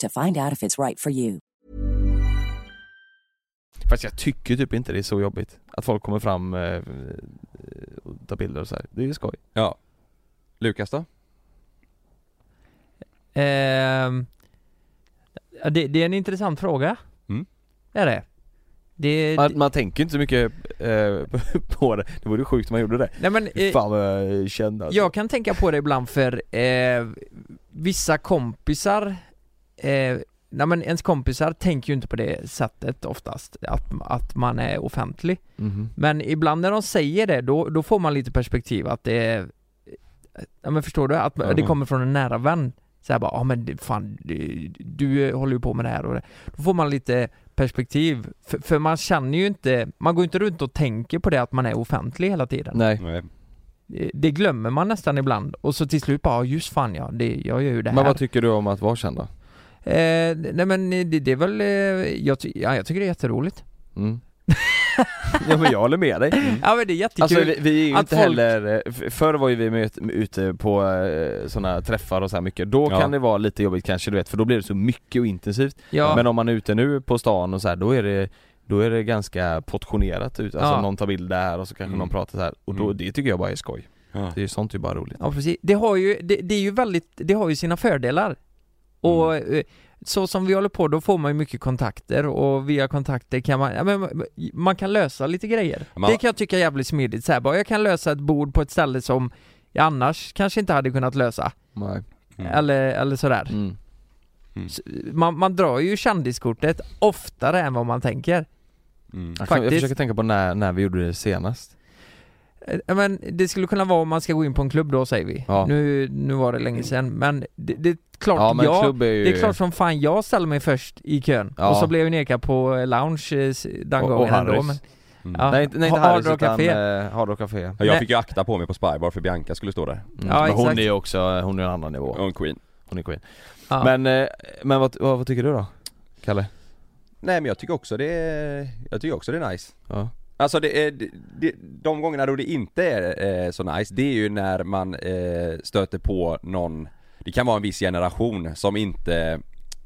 S6: to find out if it's right for you.
S2: Fast jag tycker typ inte det är så jobbigt Att folk kommer fram eh, eh, och tar bilder och så här. Det är ju skoj
S3: Ja Lukas då?
S4: Ehm, ja, det, det är en intressant fråga.
S3: Mm.
S4: Är det? det,
S2: Man,
S4: det
S2: man tänker inte så mycket eh, på det, det vore ju sjukt om man gjorde det
S4: nej men, eh,
S2: Fan vad jag kände alltså.
S4: Jag kan tänka på det ibland för eh, vissa kompisar eh, Nej men ens kompisar tänker ju inte på det sättet oftast, att, att man är offentlig
S2: Mhm.
S4: Men ibland när de säger det, då, då får man lite perspektiv att det är Ja men förstår du? Att det
S2: Mhm.
S4: kommer från en nära vän Såhär bara, ja men det- fan du, du eh, håller ju på med det här och det Då får man lite perspektiv, för, för man känner ju inte, man går ju inte runt och tänker på det att man är offentlig hela tiden
S2: Nej,
S3: Nej.
S4: Eh, det glömmer man nästan ibland och så till slut bara "Ja, just fan ja, det, jag gör ju det här.
S2: men vad tycker du om att vara känd då?
S4: eh, nej men eh, det, det är väl, eh, jag, ty- ja, jag tycker det är jätteroligt.
S2: Mm. ja men jag håller med dig
S4: Ja men det är jättekul.
S2: Alltså vi, vi är ju
S4: Att
S2: inte
S4: folk-
S2: heller, eh, f- förr var ju vi med, ute på eh, såna träffar och så här mycket, då
S3: Ja.
S2: kan det vara lite jobbigt kanske du vet för då blir det så mycket och intensivt
S4: ja,
S2: Men om man är ute nu på stan och så här, då är det då är det ganska portionerat ut, alltså
S4: Ja.
S2: någon tar bild där och så kanske
S3: Mm.
S2: någon pratar så här och då,
S3: Mm.
S2: det tycker jag bara är skoj.
S3: Ja.
S2: Det är ju sånt är ju bara roligt.
S4: ja precis. Det har ju, det, det är ju väldigt, det har ju sina fördelar. Och
S2: Mm.
S4: eh, så som vi håller på då får man ju mycket kontakter och via kontakter kan man, ja, men, man kan lösa lite grejer.
S3: Man-
S4: Det kan jag tycka är jävligt smidigt så här, bara jag kan lösa ett bord på ett ställe som jag annars kanske inte hade kunnat lösa.
S2: Nej.
S3: Mm.
S4: Eller, eller sådär.
S2: Mm.
S4: man, man drar ju kändiskortet oftare än vad man tänker.
S3: Mm.
S2: Jag, kan, jag
S4: Faktiskt.
S2: försöker tänka på när, när vi gjorde det senast.
S4: Eh, Men det skulle kunna vara om man ska gå in på en klubb då säger vi.
S2: Ja. Mm.
S4: Nu, nu var det länge sedan men det, det är klart
S2: Ja men
S4: jag,
S2: klubb är ju...
S4: det är klart som fan jag ställer mig först i kön.
S2: Ja.
S4: Och så blev jag nekad på eh, lounge eh, s- den
S2: Och- och
S4: gången ändå.
S2: Harrys.
S4: Men,
S3: Mm.
S4: ja.
S2: Nej inte, nej, inte
S4: Ha-
S2: Harrys
S4: Hard Rock
S2: utan
S4: Café.
S2: eh, Hard Rock Café. Mm.
S3: Ja, Jag
S4: Nej.
S3: fick ju akta på mig på Spybar för Bianca skulle stå där.
S4: Ja,
S2: men hon
S4: exakt.
S2: är ju också, hon är en annan nivå.
S3: Och en queen.
S2: Hon är queen.
S4: ja.
S2: Men, eh, men vad, vad, vad tycker du då? Kalle?
S3: Nej men jag tycker också det är, jag tycker också det är nice.
S2: Ja.
S3: Alltså det är, det- det, de gångerna då det inte är eh, så nice, det är ju när man eh, stöter på någon, det kan vara en viss generation som inte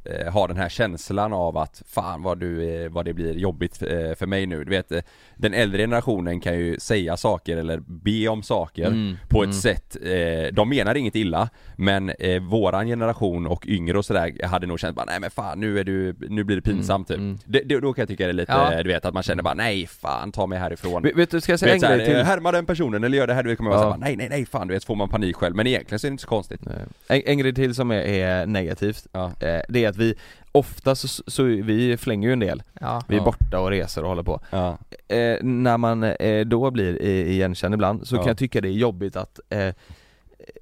S3: eh, har den här känslan av att fan vad, du, eh, vad det blir jobbigt eh, för mig nu. Du vet, eh, den äldre generationen kan ju säga saker eller be om saker
S2: Mm,
S3: på
S2: mm.
S3: ett sätt, eh, de menar inget illa men eh, våran generation och yngre och sådär hade nog känt bara nej men fan nu är du, nu blir det pinsamt typ.
S2: mm.
S3: Det, det, då kan jag tycka det är lite,
S4: Ja.
S3: eh, du vet att man känner bara nej fan ta mig härifrån.
S2: Vet, vet eh, du, ska jag
S3: Du
S2: säga
S3: vet,
S2: en
S3: såhär,
S2: grej
S3: till...
S2: till?
S3: härma den personen eller gör det här, du vet kommer jag
S2: Ja.
S3: vara såhär, nej nej nej fan du vet, får man panik själv men egentligen så är det inte så konstigt.
S2: Nej. Eh, En, en grej till som är, är negativt,
S3: Ja.
S2: eh, det är att vi ofta så, så vi flänger ju en del,
S4: ja.
S2: vi är
S3: Ja.
S2: borta och reser och håller på.
S3: Ja.
S2: Eh, när man eh, då blir i- igenkänd ibland så
S3: Ja.
S2: kan jag tycka det är jobbigt att eh,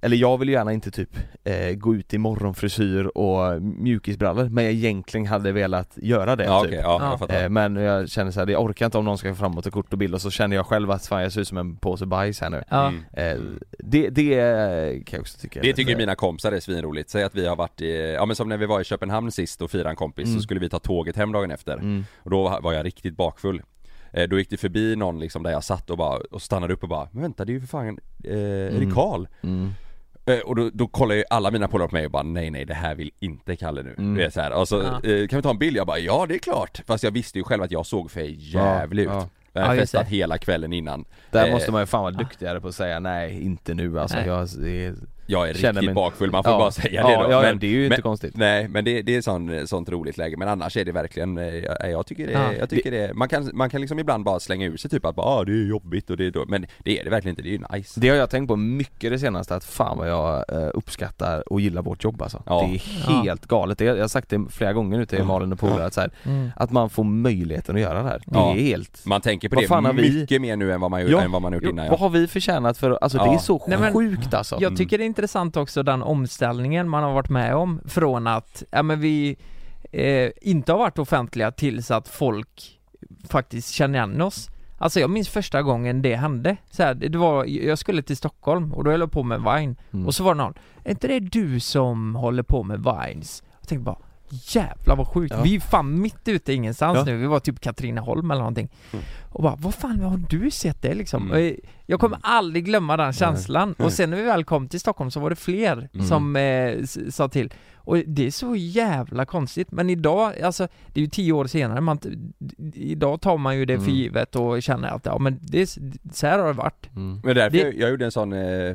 S2: eller jag vill ju gärna inte typ eh, gå ut i morgonfrisyr och mjukisbrallor men jag egentligen hade velat göra det
S3: Ja
S2: typ.
S3: okej, ja,
S4: Ja.
S3: jag fattar.
S2: Eh, Men jag känner såhär, jag orkar inte om någon ska få fram och ta kort och bild och så känner jag själv att fan jag ser ut som en påse bajs här nu
S4: Ja.
S3: Mm.
S2: eh, det, det kan jag också tycka är
S3: Det
S2: lite-
S3: tycker mina kompisar är svinroligt, säg att vi har varit i, ja men som när vi var i Köpenhamn sist och firade en kompis
S2: Mm.
S3: så skulle vi ta tåget hem dagen efter.
S2: mm.
S3: Och då var jag riktigt bakfull Eh, Då gick det förbi någon liksom där jag satt och bara, och stannade upp och bara Men vänta det är ju för fan, eh, är det Karl?
S2: Mm.
S3: Eh, och då, då kollar ju alla mina polare på mig och bara nej nej det här vill inte Kalle nu
S2: Mm.
S3: Du vet så här, och så,
S4: Ja.
S3: eh, kan vi ta en bild? Jag bara ja det är klart! Fast jag visste ju själv att jag såg för jävligt
S2: Ja,
S3: ut
S2: ja.
S3: Jag hade
S4: Ja, just
S3: festat
S4: det.
S3: hela kvällen innan
S2: Där
S3: Eh,
S2: måste man ju fan vara duktigare på att säga nej, inte nu alltså.
S4: Nej.
S2: Jag, det,
S3: Jag är
S2: Känner
S3: riktigt
S2: mig-
S3: bakfull, man får
S2: Ja.
S3: bara säga det
S2: Ja,
S3: då.
S2: ja, ja,
S3: men,
S2: det är ju inte
S3: men,
S2: konstigt.
S3: Nej, men det, det är sån, sånt roligt läge. Men annars är det verkligen, eh, jag, jag tycker det,
S4: Ja.
S3: jag tycker det, man kan, man kan liksom ibland bara slänga ur sig typ att bara, ah, det är jobbigt och det är då, men det är det verkligen inte, det är ju nice.
S2: Det har jag tänkt på mycket det senaste, att fan vad jag eh, uppskattar och gillar vårt jobb alltså.
S3: Ja.
S2: Det är helt galet, Det- jag har sagt det flera gånger nu till Malin och polare att, så här,
S4: Mm.
S2: att man får möjligheten att göra det här. Det
S3: Ja.
S2: är helt...
S3: Man tänker på
S2: Vad fan har
S3: det
S2: vi-
S3: mycket mer nu än vad man, gjort- än vad man gjort innan
S2: Vad
S3: ja.
S2: har vi förtjänat för, alltså det
S3: Ja.
S2: är så
S4: Nej, men-
S2: sjukt alltså.
S4: Jag tycker det är intressant också den omställningen man har varit med om från att, ja men vi eh, inte har varit offentliga tills att folk faktiskt känner igen oss. Alltså jag minns första gången det hände. Så här, det var, jag skulle till Stockholm och då höll jag på med Vine
S2: Mm.
S4: och så var det någon, är inte det du som håller på med Vines? Jag tänkte bara Jävlar vad sjukt,
S2: Ja.
S4: vi är fan mitt ute i ingenstans
S2: Ja. Mm.
S4: nu, vi var typ Katrineholm eller någonting Och bara, vad fan har du sett det liksom?
S3: Mm.
S4: Och jag- Jag kommer aldrig glömma den känslan och sen när vi väl kom till Stockholm så var det fler
S3: Mm.
S4: som eh, s- sa till Och det är så jävla konstigt men idag, alltså det är ju tio år senare, man, t- d- idag tar man ju det för
S2: Mm.
S4: givet och känner att ja men det, är s- så här har det varit
S2: Mm.
S3: Men därför
S4: Det-
S3: jag, jag gjorde en sån eh,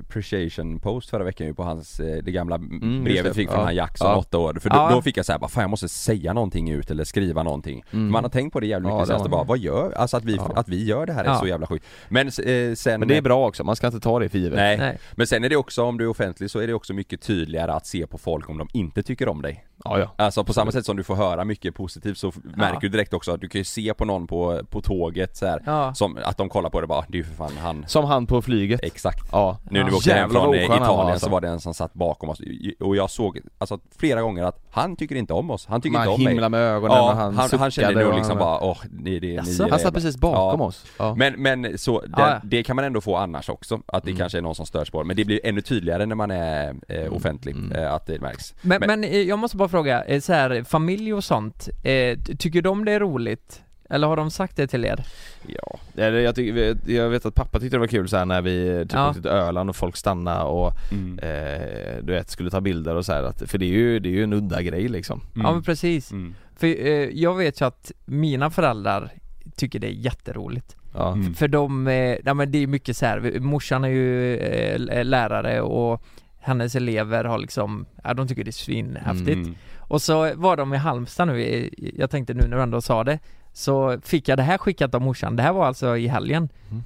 S3: appreciation post förra veckan ju på hans, eh, det gamla
S2: Mm, just
S3: brevet
S2: det.
S3: vi fick från
S2: Ja.
S3: han Jackson,
S2: Ja.
S3: åtta år. För då,
S4: Ja.
S3: då fick jag såhär bara, fan jag måste säga någonting ut eller skriva någonting.
S2: Mm.
S3: Man har tänkt på det jävligt
S2: Ja,
S3: mycket
S2: det har
S3: senaste
S2: man.
S3: bara, vad gör, alltså att vi,
S2: Ja.
S3: att vi gör det här är
S4: Ja.
S3: så jävla sjukt. Men eh, sen...
S2: Men det är bra också, man ska inte ta det för givet.
S3: Nej.
S4: Nej.
S3: men sen är det också om du är offentlig så är det också mycket tydligare att se på folk om de inte tycker om dig.
S2: Ja, ja.
S3: Alltså på samma sätt som du får höra mycket positivt så f- märker du direkt också att du kan ju se på någon på, på tåget så här,
S4: Ja.
S3: som att de kollar på det bara, det är ju för fan han.
S2: Som han på flyget.
S3: Exakt.
S2: Ja.
S3: Nu när vi åkte
S2: Jävlar
S3: hem från
S2: vad
S3: eh,
S2: oskön han var,
S3: Italien
S2: alltså.
S3: så var det en som satt bakom oss och jag såg alltså flera gånger att han tycker inte om oss, han tycker
S2: Man
S3: inte om mig.
S2: himlar med ögonen
S3: ja,
S2: och han
S3: han,
S2: suckade
S3: han kände nu
S2: och
S3: liksom
S2: han-
S3: bara, åh, det, det,
S4: Jaså?
S3: ni,
S2: Han satt precis bakom Mm.
S3: Ja.
S2: oss. Ja.
S3: Men, men så, det,
S4: Ja, ja.
S3: det kan man ändå få annars också, att det kanske är någon som störs på det. Men det blir ännu tydligare när man är
S2: Mm.
S3: eh, offentlig, eh, att det märks.
S4: Men, men, eh, jag måste bara fråga, eh, så här, familj och sånt, eh, ty- tycker de det är roligt? Eller har de sagt det till er?
S3: ja.
S2: Eller jag, tycker- jag vet att pappa tyckte det var kul så här när vi typ
S4: Ja.
S2: åkte till Öland och folk stannade och
S3: Mm.
S2: eh, du vet, skulle ta bilder och så här, att, för det är ju, det är ju en udda grej liksom.
S4: Ja men precis,
S3: Mm.
S4: för eh, jag vet ju att mina föräldrar tycker det är jätteroligt
S2: Ja.
S3: Mm.
S4: För de, eh, ja men det är mycket så här, vi- morsan är ju eh, l- lärare och hennes elever har liksom, ja de tycker det är svinhäftigt
S3: Mm.
S4: Och så var de i Halmstad nu, i- jag tänkte nu när du ändå sa det Så fick jag det här skickat av morsan, det här var alltså i helgen
S3: Mm.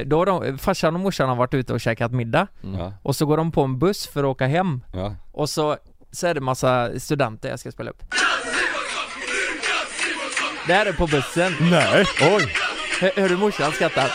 S4: eh, Då har de, farsan och morsan har varit ute och käkat middag
S3: Ja.
S4: Och så går de på en buss för att åka hem
S3: Mm. Ja.
S4: Och så, så är det massa studenter jag ska spela upp Det här är på bussen
S3: Nej, oj!
S4: Hör, hör du morsan skrattar?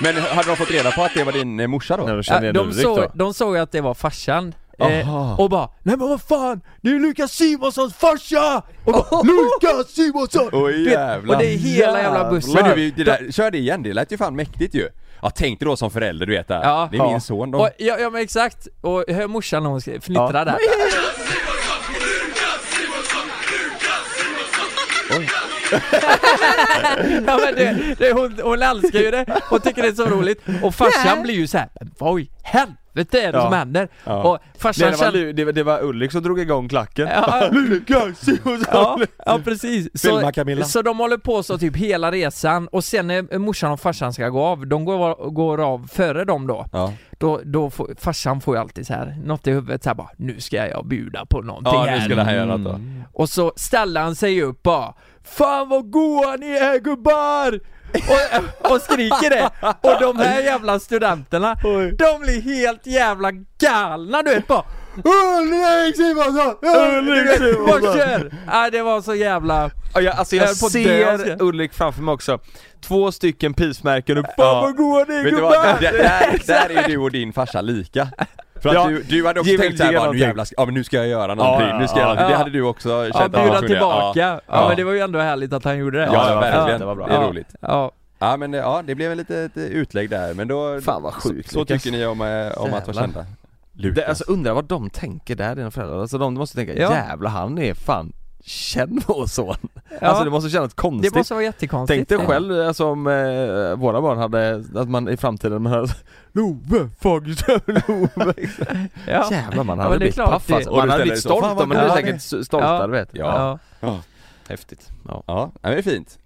S3: Men hade de fått reda på att det var din eh, morsa då?
S2: Ja, då kände
S4: Ja,
S2: jag
S4: Äh, de,
S2: direkt
S4: såg,
S2: då.
S4: de såg att det var farsan eh,
S2: Aha.
S4: Och bara 'Nej men vad fan! Det är ju Lukas Simonssons farsa!' Och bara 'Lukas Simonsson!'
S3: Oj
S4: Du vet,
S3: jävlar!
S4: Och det är hela jävla bussen
S3: Men du, vi- det där, kör det igen, det lät ju fan mäktigt ju! Ja, tänk dig då som förälder, du vet det här.
S4: Ja.
S3: Det är min son de...
S4: Och, ja, ja men exakt, och hör morsan när hon sk- fnittrar
S2: Ja.
S4: där ja, men det, det, hon, hon älskar ju det, hon tycker det är så roligt Och farsan blir ju såhär, "Men vad i helvete är det
S2: Ja.
S4: som händer?
S2: Ja.
S4: Och
S2: Nej,
S4: farsan
S2: det, var,
S4: känner...
S2: Lu- det, var- det var Ulrik som drog igång klacken.
S4: Ja.
S2: Lukas Simonsson!
S4: Ja, ja precis. Så,
S3: Filma Camilla.
S4: så de håller på så typ hela resan och sen när morsan och farsan ska gå av, de går, går av före dem då.
S3: Ja.
S4: Då, då får, farsan får ju alltid så här något i huvudet så här bara nu ska jag bjuda på någonting
S3: Ja, nu
S4: här.
S3: skulle han göra då.
S4: Och så ställer han sig upp bara Fan vad goa ni är gubbar! Och, och skriker det! Och de här jävla studenterna, de blir helt jävla galna du vet bara Ulrik Simonsson!
S2: Ulrik Simonsson!
S4: Bara kör! Nej det var så jävla...
S2: Ja, jag, alltså jag,
S4: Jag höll på att dö,
S2: ser
S4: Oskar.
S2: Ulrik framför mig också. Två stycken pismärken och fan
S3: Ja.
S2: vad goa ni är
S3: Vet du
S2: gubbar!
S3: vad? Där, där, där är du och din farsa lika. För att
S2: Ja.
S3: du, du hade också
S2: Ge mig
S3: tänkt såhär
S2: det
S3: bara, nu
S2: någonting."
S3: jävlar, ska- ja men nu ska jag göra någonting,
S2: ja,
S3: nu ska jag
S2: ja.
S3: göra någonting.
S4: Ja.
S3: Det hade du också känt
S4: Ja,
S3: att man
S4: bjuda
S3: kunde-
S4: tillbaka. Ja.
S3: Ja.
S4: men det var ju ändå härligt att han gjorde det.
S3: Ja,
S2: det var
S3: verkligen.
S2: fint, det var bra.
S3: Det är roligt.
S4: Ja.
S3: Ja men det- ja, det blev en litet eh, utlägg där men då...
S2: Fan, vad sjukt,
S3: Så, så
S2: Lukas.
S3: tycker ni om, eh, om att vara
S2: Jävlar.
S3: kända. Lukas.
S2: Det, alltså undrar vad de tänker där, dina föräldrar. Alltså de, de måste tänka,
S4: Ja.
S2: jävlar han är fan känd vår son.
S4: Ja.
S2: Alltså det måste kännas
S4: Det
S2: konstigt.
S4: måste vara jättekonstigt.
S2: Tänk dig själv alltså, om eh, våra barn hade, att man i framtiden man hade Love, Fagerström, Love.
S4: Ja.
S2: Jävlar man hade
S4: men det är
S2: blivit
S4: klart
S2: paff
S4: det-
S2: alltså.
S3: Och
S2: Man
S3: du
S2: hade
S3: ställer
S2: blivit
S3: dig så,
S2: stolt
S3: "Fan, vad
S2: då, men du är
S4: bra
S2: säkert
S4: det."
S2: s- stoltare
S4: Ja.
S2: vet du.
S3: Ja.
S4: Ja.
S2: Häftigt.
S3: Ja, ja, men det är fint.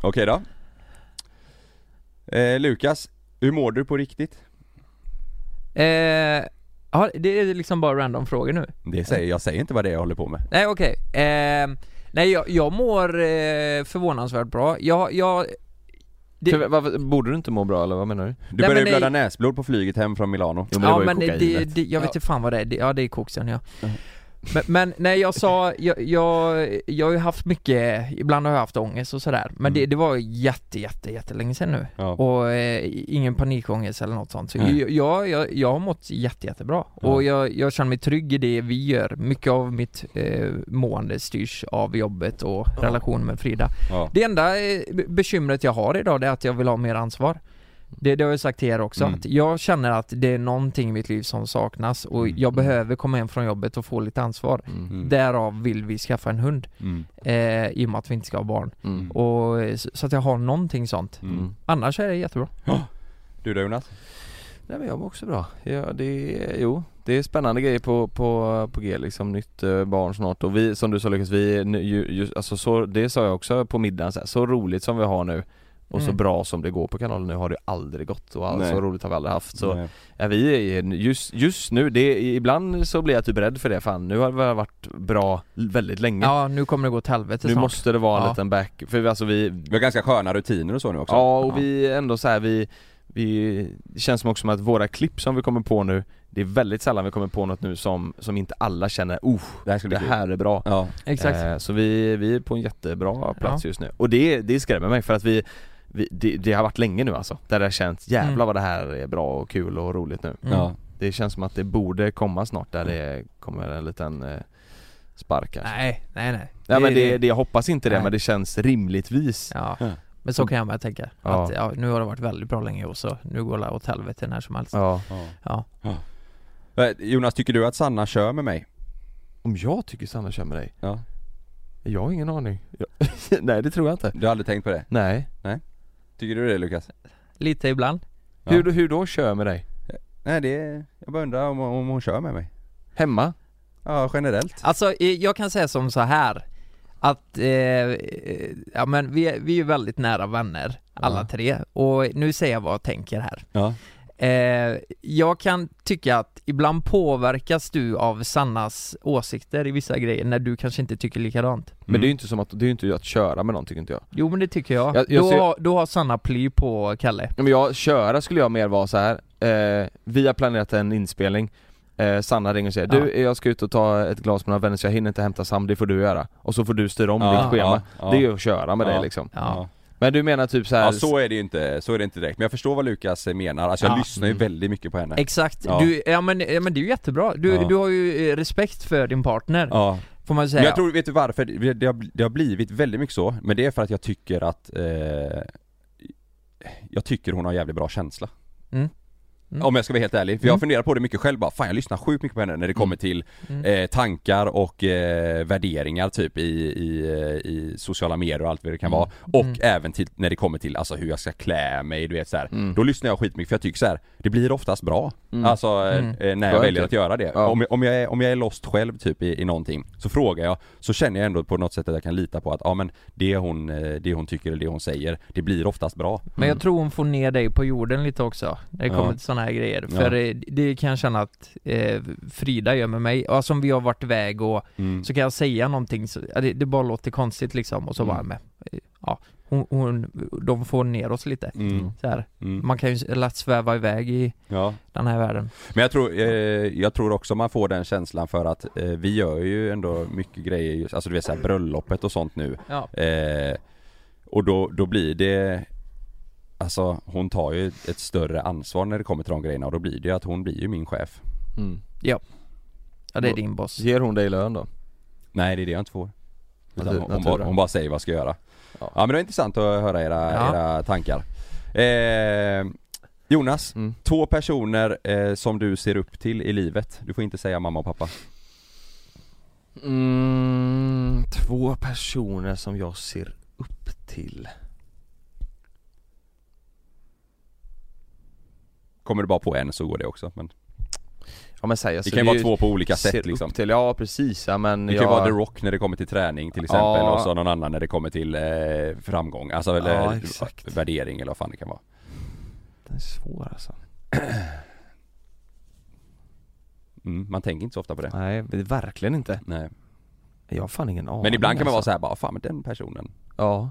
S3: Okej då. Eh, Lukas, hur mår du på riktigt?
S4: Eh, ja, det är liksom bara random frågor nu.
S3: Det säger, jag säger inte vad det är jag håller på med.
S4: Nej okej. Ehm, nej jag, jag mår eh, förvånansvärt bra. Jag, jag, Det-
S2: Tyvärr, varför, borde du inte må bra eller vad menar du?
S3: Du
S4: Nej,
S3: började ju
S4: men
S3: blöda
S4: det-
S3: näsblod på flyget hem från Milano.
S2: Jo,
S4: ja
S2: var ju
S4: men det, det,
S2: kokainet.
S4: det, jag vet inte fan vad det är, det, ja det är koksen ja. Men, men nej jag sa, jag, jag, jag har ju haft mycket, ibland har jag haft ångest och sådär. Men det, det var jätte jätte jättelänge sedan nu.
S3: Ja.
S4: Och eh, ingen panikångest eller något sånt. Så
S3: Nej.
S4: jag, jag, jag, jag har mått jätte, jättebra. Och jag, jag känner mig trygg i det vi gör. Mycket av mitt eh, mående styrs av jobbet och relationen med Frida.
S3: Ja.
S4: Det enda eh, be- bekymret jag har idag det är att jag vill ha mer ansvar. Det, det har jag sagt till er också,
S3: Mm.
S4: att jag känner att det är någonting i mitt liv som saknas och
S2: Mm.
S4: jag behöver komma hem från jobbet och få lite ansvar.
S3: Mm.
S4: Därav vill vi skaffa en hund,
S3: Mm.
S4: eh, i och med att vi inte ska ha barn.
S2: Mm.
S4: Och, eh, så, så att jag har någonting sånt.
S3: Mm.
S4: Annars är det jättebra.
S3: Du då Jonas?
S2: Nej men jag mår också bra. Ja, det, jo, det är spännande grejer på, på, på G liksom, nytt eh, barn snart och vi, som du sa Lukas, vi, är nu- ju, ju, alltså så, det sa jag också på middagen så, här, så roligt som vi har nu och så
S4: Mm.
S2: bra som det går på kanalen nu har det aldrig gått och all,
S3: Nej.
S2: så roligt har vi aldrig haft så
S3: Nej.
S2: ja, vi är just, just nu, det, ibland så blir jag typ rädd för det fan nu har vi varit bra väldigt länge
S4: Ja, nu kommer det gå till helvete
S2: Nu
S4: snart.
S2: måste det vara en
S4: Ja.
S2: liten back, för vi, alltså vi,
S3: Vi har ganska sköna rutiner och så nu också.
S2: Ja och
S4: Ja.
S2: vi är ändå så här, vi, vi Det känns som också som att våra klipp som vi kommer på nu Det är väldigt sällan vi kommer på något nu som, som inte alla känner oh,
S3: Det här ska bli
S2: det
S3: kul.
S2: här är bra
S3: Ja.
S4: Exakt.
S2: Eh, Så vi, vi är på en jättebra plats just nu och det, det skrämmer mig för att vi, vi det, det har varit länge nu alltså Där det har känts jävlar
S4: Mm.
S2: vad det här är bra och kul och roligt nu
S4: Mm.
S3: Ja.
S2: Det känns som att det borde komma snart där det kommer en liten eh, spark kanske
S4: Nej, nej, nej.
S2: Ja men det, det, jag hoppas inte det
S4: Nej.
S2: men det känns rimligtvis
S4: Ja.
S3: Ja.
S4: Men så kan jag med tänka.
S2: Ja.
S4: Att ja, nu har det varit väldigt bra länge och så nu går det åt helvete när som helst.
S2: Ja.
S4: Ja.
S3: Eh, Jonas, tycker du att Sanna kör med mig?
S2: Om jag tycker Sanna känner dig?
S3: Ja.
S2: Jag har ingen aning. Jag- Nej det tror jag inte.
S3: Du har aldrig tänkt på det?
S2: Nej.
S3: Tycker du det Lukas?
S4: Lite ibland.
S3: Ja.
S2: Hur, hur då kör jag med dig?
S3: Nej det är, jag bara undrar om, om hon kör med mig?
S2: Hemma?
S3: Ja, generellt.
S4: Alltså eh, jag kan säga som så här att, eh, eh, ja men vi, är- vi är ju väldigt nära vänner alla tre och nu säger jag vad jag tänker här.
S3: Ja.
S4: Eh, jag kan tycka att ibland påverkas du av Sannas åsikter i vissa grejer när du kanske inte tycker likadant.
S2: Men det är ju inte som att, det är ju inte att köra med någon tycker inte jag.
S4: Jo men det tycker jag.
S2: Jag- jag
S4: då,
S2: ser-
S4: har, då har Sanna ply på Kalle.
S2: Men jag, köra skulle jag mer vara så här. Eh, vi har planerat en inspelning eh, Sanna ringer och säger
S4: Ja.
S2: du, jag ska ut och ta ett glas med några vänner så jag hinner inte hämta Sam, det får du göra. Och så får du styra om
S3: Ja,
S2: ditt schema.
S3: ja, ja.
S2: Det är ju att köra med
S3: Ja.
S2: dig liksom.
S4: Ja.
S2: Men du menar typ så här.
S3: Ja så är det ju inte, så är det inte direkt. Men jag förstår vad Lukas eh, menar, alltså jag
S4: Ja. Mm.
S3: lyssnar ju väldigt mycket på henne.
S4: Exakt,
S3: Ja.
S4: Du, ja, men, ja men det är ju jättebra. Du,
S3: Ja.
S4: du har ju eh, respekt för din partner,
S3: ja.
S4: får man
S3: Men
S4: säga.
S3: jag tror, vet du varför? Det, det, har, det har blivit väldigt mycket så, men det är för att jag tycker att eh, Jag tycker hon har jävligt bra känsla
S4: Mm. Mm.
S3: Om jag ska vara helt ärlig, för jag
S4: Mm.
S3: funderar på det mycket själv bara, fan jag lyssnar sjukt mycket på henne när det kommer till
S4: Mm.
S3: eh, tankar och eh, värderingar typ i, i, eh, i sociala medier och allt vad det kan vara Och
S4: Mm.
S3: även till, när det kommer till alltså hur jag ska klä mig, du vet så här.
S4: Mm.
S3: Då lyssnar jag skitmycket för jag tycker så här. det blir oftast bra Alltså eh,
S4: Mm.
S3: eh, när jag
S2: Skönt,
S3: väljer
S2: typ.
S3: att göra det
S2: Ja.
S3: om, jag- om, jag är, om jag är lost själv typ i, i någonting Så frågar jag, så känner jag ändå på något sätt att jag kan lita på att ja men det hon, eh, det hon tycker eller det hon säger, det blir oftast bra
S4: Men jag tror hon får ner dig på jorden lite också, när det
S3: Mm. Ja.
S4: kommer till sådana här grejer.
S3: Ja.
S4: För eh, det kan jag känna att eh, Frida gör med mig, alltså om vi har varit iväg och
S3: Mm.
S4: så kan jag säga någonting, så, ja, det, det bara låter konstigt liksom och så
S3: Mm.
S4: bara med, eh, ja, hon, hon, de får ner oss lite.
S3: Mm.
S4: Så här.
S3: Mm.
S4: Man kan ju lätt sväva iväg i
S3: Ja.
S4: den här världen.
S3: Men jag tror, eh, jag tror också man får den känslan för att eh, vi gör ju ändå mycket grejer, just, alltså du vet såhär bröllopet och sånt nu
S4: Ja.
S3: eh, Och då, då blir det Alltså hon tar ju ett större ansvar när det kommer till de grejerna och då blir det ju att hon blir ju min chef
S2: mm.
S4: ja, det är din boss.
S2: Ger hon dig lön då?
S3: Nej det är det jag inte får Utan
S2: Natur-
S3: hon, hon, bara,
S2: natura.
S3: hon bara säger vad jag ska göra
S2: Ja.
S3: Ja, men det var intressant att höra era,
S4: Ja.
S3: era tankar eh, Jonas,
S2: Mm.
S3: två personer eh, som du ser upp till i livet Du får inte säga mamma och pappa
S2: Mm, två personer som jag ser upp till.
S3: Kommer du bara på en så går det också men
S2: Ja men säg, jag ser
S3: Det kan ju vara
S2: ju-
S3: två på olika
S2: ser
S3: sätt
S2: upp
S3: liksom
S2: Till, ja precis, ja, men
S3: Det kan
S2: jag...
S3: ju vara The Rock när det kommer till träning till exempel
S2: Ja.
S3: och så någon annan när det kommer till eh, framgång, alltså eller
S2: Ja, exakt.
S3: värdering eller vad fan det kan vara
S2: Den är svår alltså.
S3: Mm, man tänker inte så ofta på det.
S2: Nej, det- verkligen inte.
S3: Nej.
S2: Jag har fan ingen aning.
S3: Men ibland kan man vara
S2: alltså.
S3: så här bara, fan men den personen.
S2: Ja.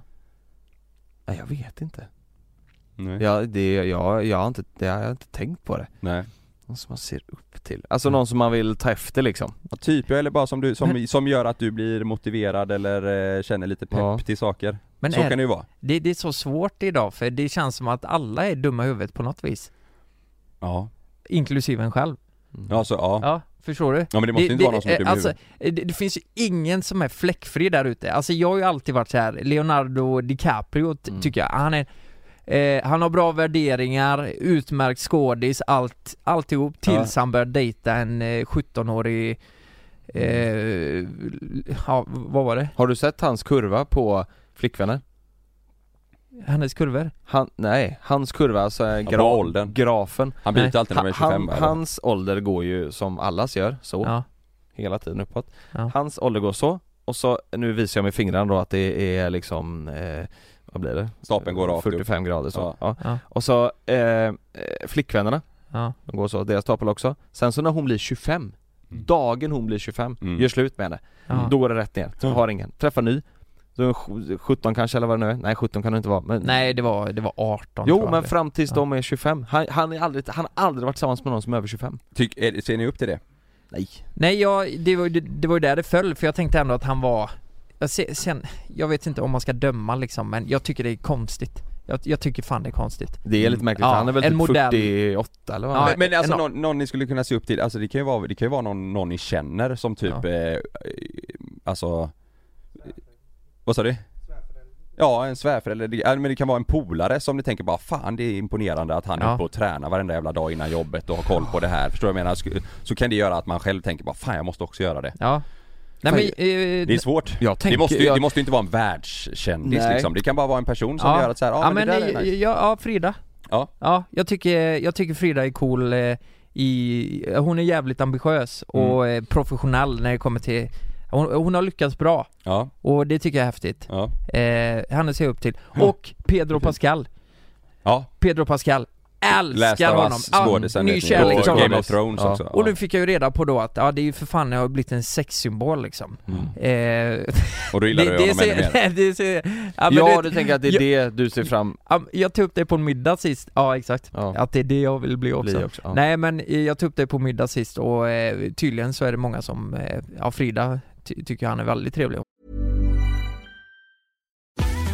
S2: Nej, jag vet inte.
S3: Nej.
S2: Ja, det, jag, jag, har inte, jag har inte tänkt på det.
S3: Nej.
S2: Någon som man ser upp till. Alltså någon som man vill ta efter liksom.
S3: Ja, typ, eller bara som, du, som, som gör att du blir motiverad eller eh, känner lite pepp
S2: Ja.
S3: till saker.
S4: Men
S3: så
S4: är,
S3: kan det ju vara.
S4: det, det är så svårt idag för det känns som att alla är dumma i huvudet på något vis.
S3: Ja.
S4: Inklusive en själv.
S3: Ja, så, ja.
S4: Ja, förstår du?
S3: Ja men det måste ju inte vara någon som är dum i
S4: alltså,
S3: huvudet.
S4: det, det finns ju ingen som är fläckfri där ute. Alltså jag har ju alltid varit så här. Leonardo DiCaprio ty-
S2: Mm.
S4: tycker jag, han är eh, han har bra värderingar, utmärkt skådis, allt, alltihop tills han börjar dejta en eh, 17-årig eh, ja, vad var det?
S2: Har du sett hans kurva på flickvänner?
S4: Hennes kurvor?
S2: Han, nej, hans kurva, alltså eh,
S3: på
S2: gra-
S3: åldern.
S2: grafen.
S3: Han byter
S4: Nej.
S3: alltid när man är 25
S2: han,
S3: bara.
S2: hans ålder går ju som allas gör, så,
S4: Ja.
S2: hela tiden uppåt.
S4: Ja.
S2: Hans ålder går så, och så, nu visar jag med fingrarna då att det är liksom, eh, vad blir det?
S3: Stapeln går rakt upp.
S2: 45 grader så.
S3: Ja.
S2: Ja.
S4: Ja.
S2: Och så, eh, eh, flickvännerna,
S4: Ja.
S2: de går så, deras stapel också. Sen så när hon blir 25,
S3: Mm.
S2: dagen hon blir 25,
S3: Mm.
S2: gör slut med henne.
S4: ja.
S2: Då går det rätt ner,
S3: Ja.
S2: har ingen. Träffar ny, så är hon sj- 17 kanske eller vad det nu är. Nej 17 kan det inte vara men...
S4: Nej det var, det var 18 tror
S2: Jo
S4: jag
S2: men
S4: det.
S2: fram tills
S4: Ja.
S2: de är 25, han, han, är aldrig, han har aldrig varit tillsammans med någon som är över 25
S3: Tyck, är, det- ser ni upp till det?
S2: Nej
S4: Nej, jag, det, var, ju- det, det var ju där det föll, för jag tänkte ändå att han var... Jag, se, sen, jag vet inte om man ska döma liksom, men jag tycker det är konstigt. Jag, jag tycker fan det är konstigt.
S2: Det är lite märkligt
S4: Ja,
S2: för han är väl
S4: en
S2: typ
S4: modell.
S2: 48 eller vad
S4: Ja,
S2: han är.
S3: men, men alltså
S4: en-
S3: någon, någon ni skulle kunna se upp till, alltså det kan ju vara, det kan ju vara någon, någon ni känner som typ,
S4: Ja.
S3: eh, alltså Vad sa du? Ja, en svärförälder, Det- ja, men det kan vara en polare som ni tänker bara fan det är imponerande att han är
S4: Ja.
S3: uppe och tränar varenda jävla dag innan jobbet och har koll på det här, förstår du vad jag menar? Sk- Så kan det göra att man själv tänker bara fan jag måste också göra det
S4: Ja. Nej men... Eh,
S3: Det är svårt.
S2: Jag tänker-
S3: det, måste ju,
S2: jag-
S3: det måste ju inte vara en världskändis
S2: Nej.
S3: liksom, det kan bara vara en person som gör att så här, ja, men det där är
S4: ja,
S3: nice.
S4: ja, ja, Frida.
S3: Ja.
S4: Ja, jag tycker, jag tycker Frida är cool eh, i... Hon är jävligt ambitiös
S3: Mm.
S4: och eh, professionell när det kommer till... Hon, hon har lyckats bra
S3: Ja,
S4: och det tycker jag är häftigt.
S3: ja,
S4: Eh, henne ser jag upp till.
S3: Hm.
S4: Och Pedro Pascal.
S3: ja
S4: Pedro Pascal.
S3: Last
S4: Älskar
S3: of
S4: honom!
S3: Us
S4: Ja,
S3: skådisen
S4: ny
S3: vet ni.
S4: kärlek
S3: Och
S4: som
S3: Game of Thrones
S2: Ja.
S3: också
S4: Och nu fick jag ju reda på då att, ja det är ju för fan, jag har blivit en sexsymbol liksom.
S3: Mm.
S4: Eh,
S3: Och då gillar du honom ännu mer?
S4: ser, det ser, ja, men
S2: Ja
S4: du
S2: du
S4: vet,
S2: tänker att det är
S4: jag-
S2: det du ser fram
S4: ja, jag tog upp det på en middag sist, ja exakt.
S2: ja,
S4: Att det är det jag vill bli också.
S2: blir också ja.
S4: Nej men eh, jag tog upp det på middag sist och eh, tydligen så är det många som, eh, ja Frida ty- tycker han är väldigt trevlig.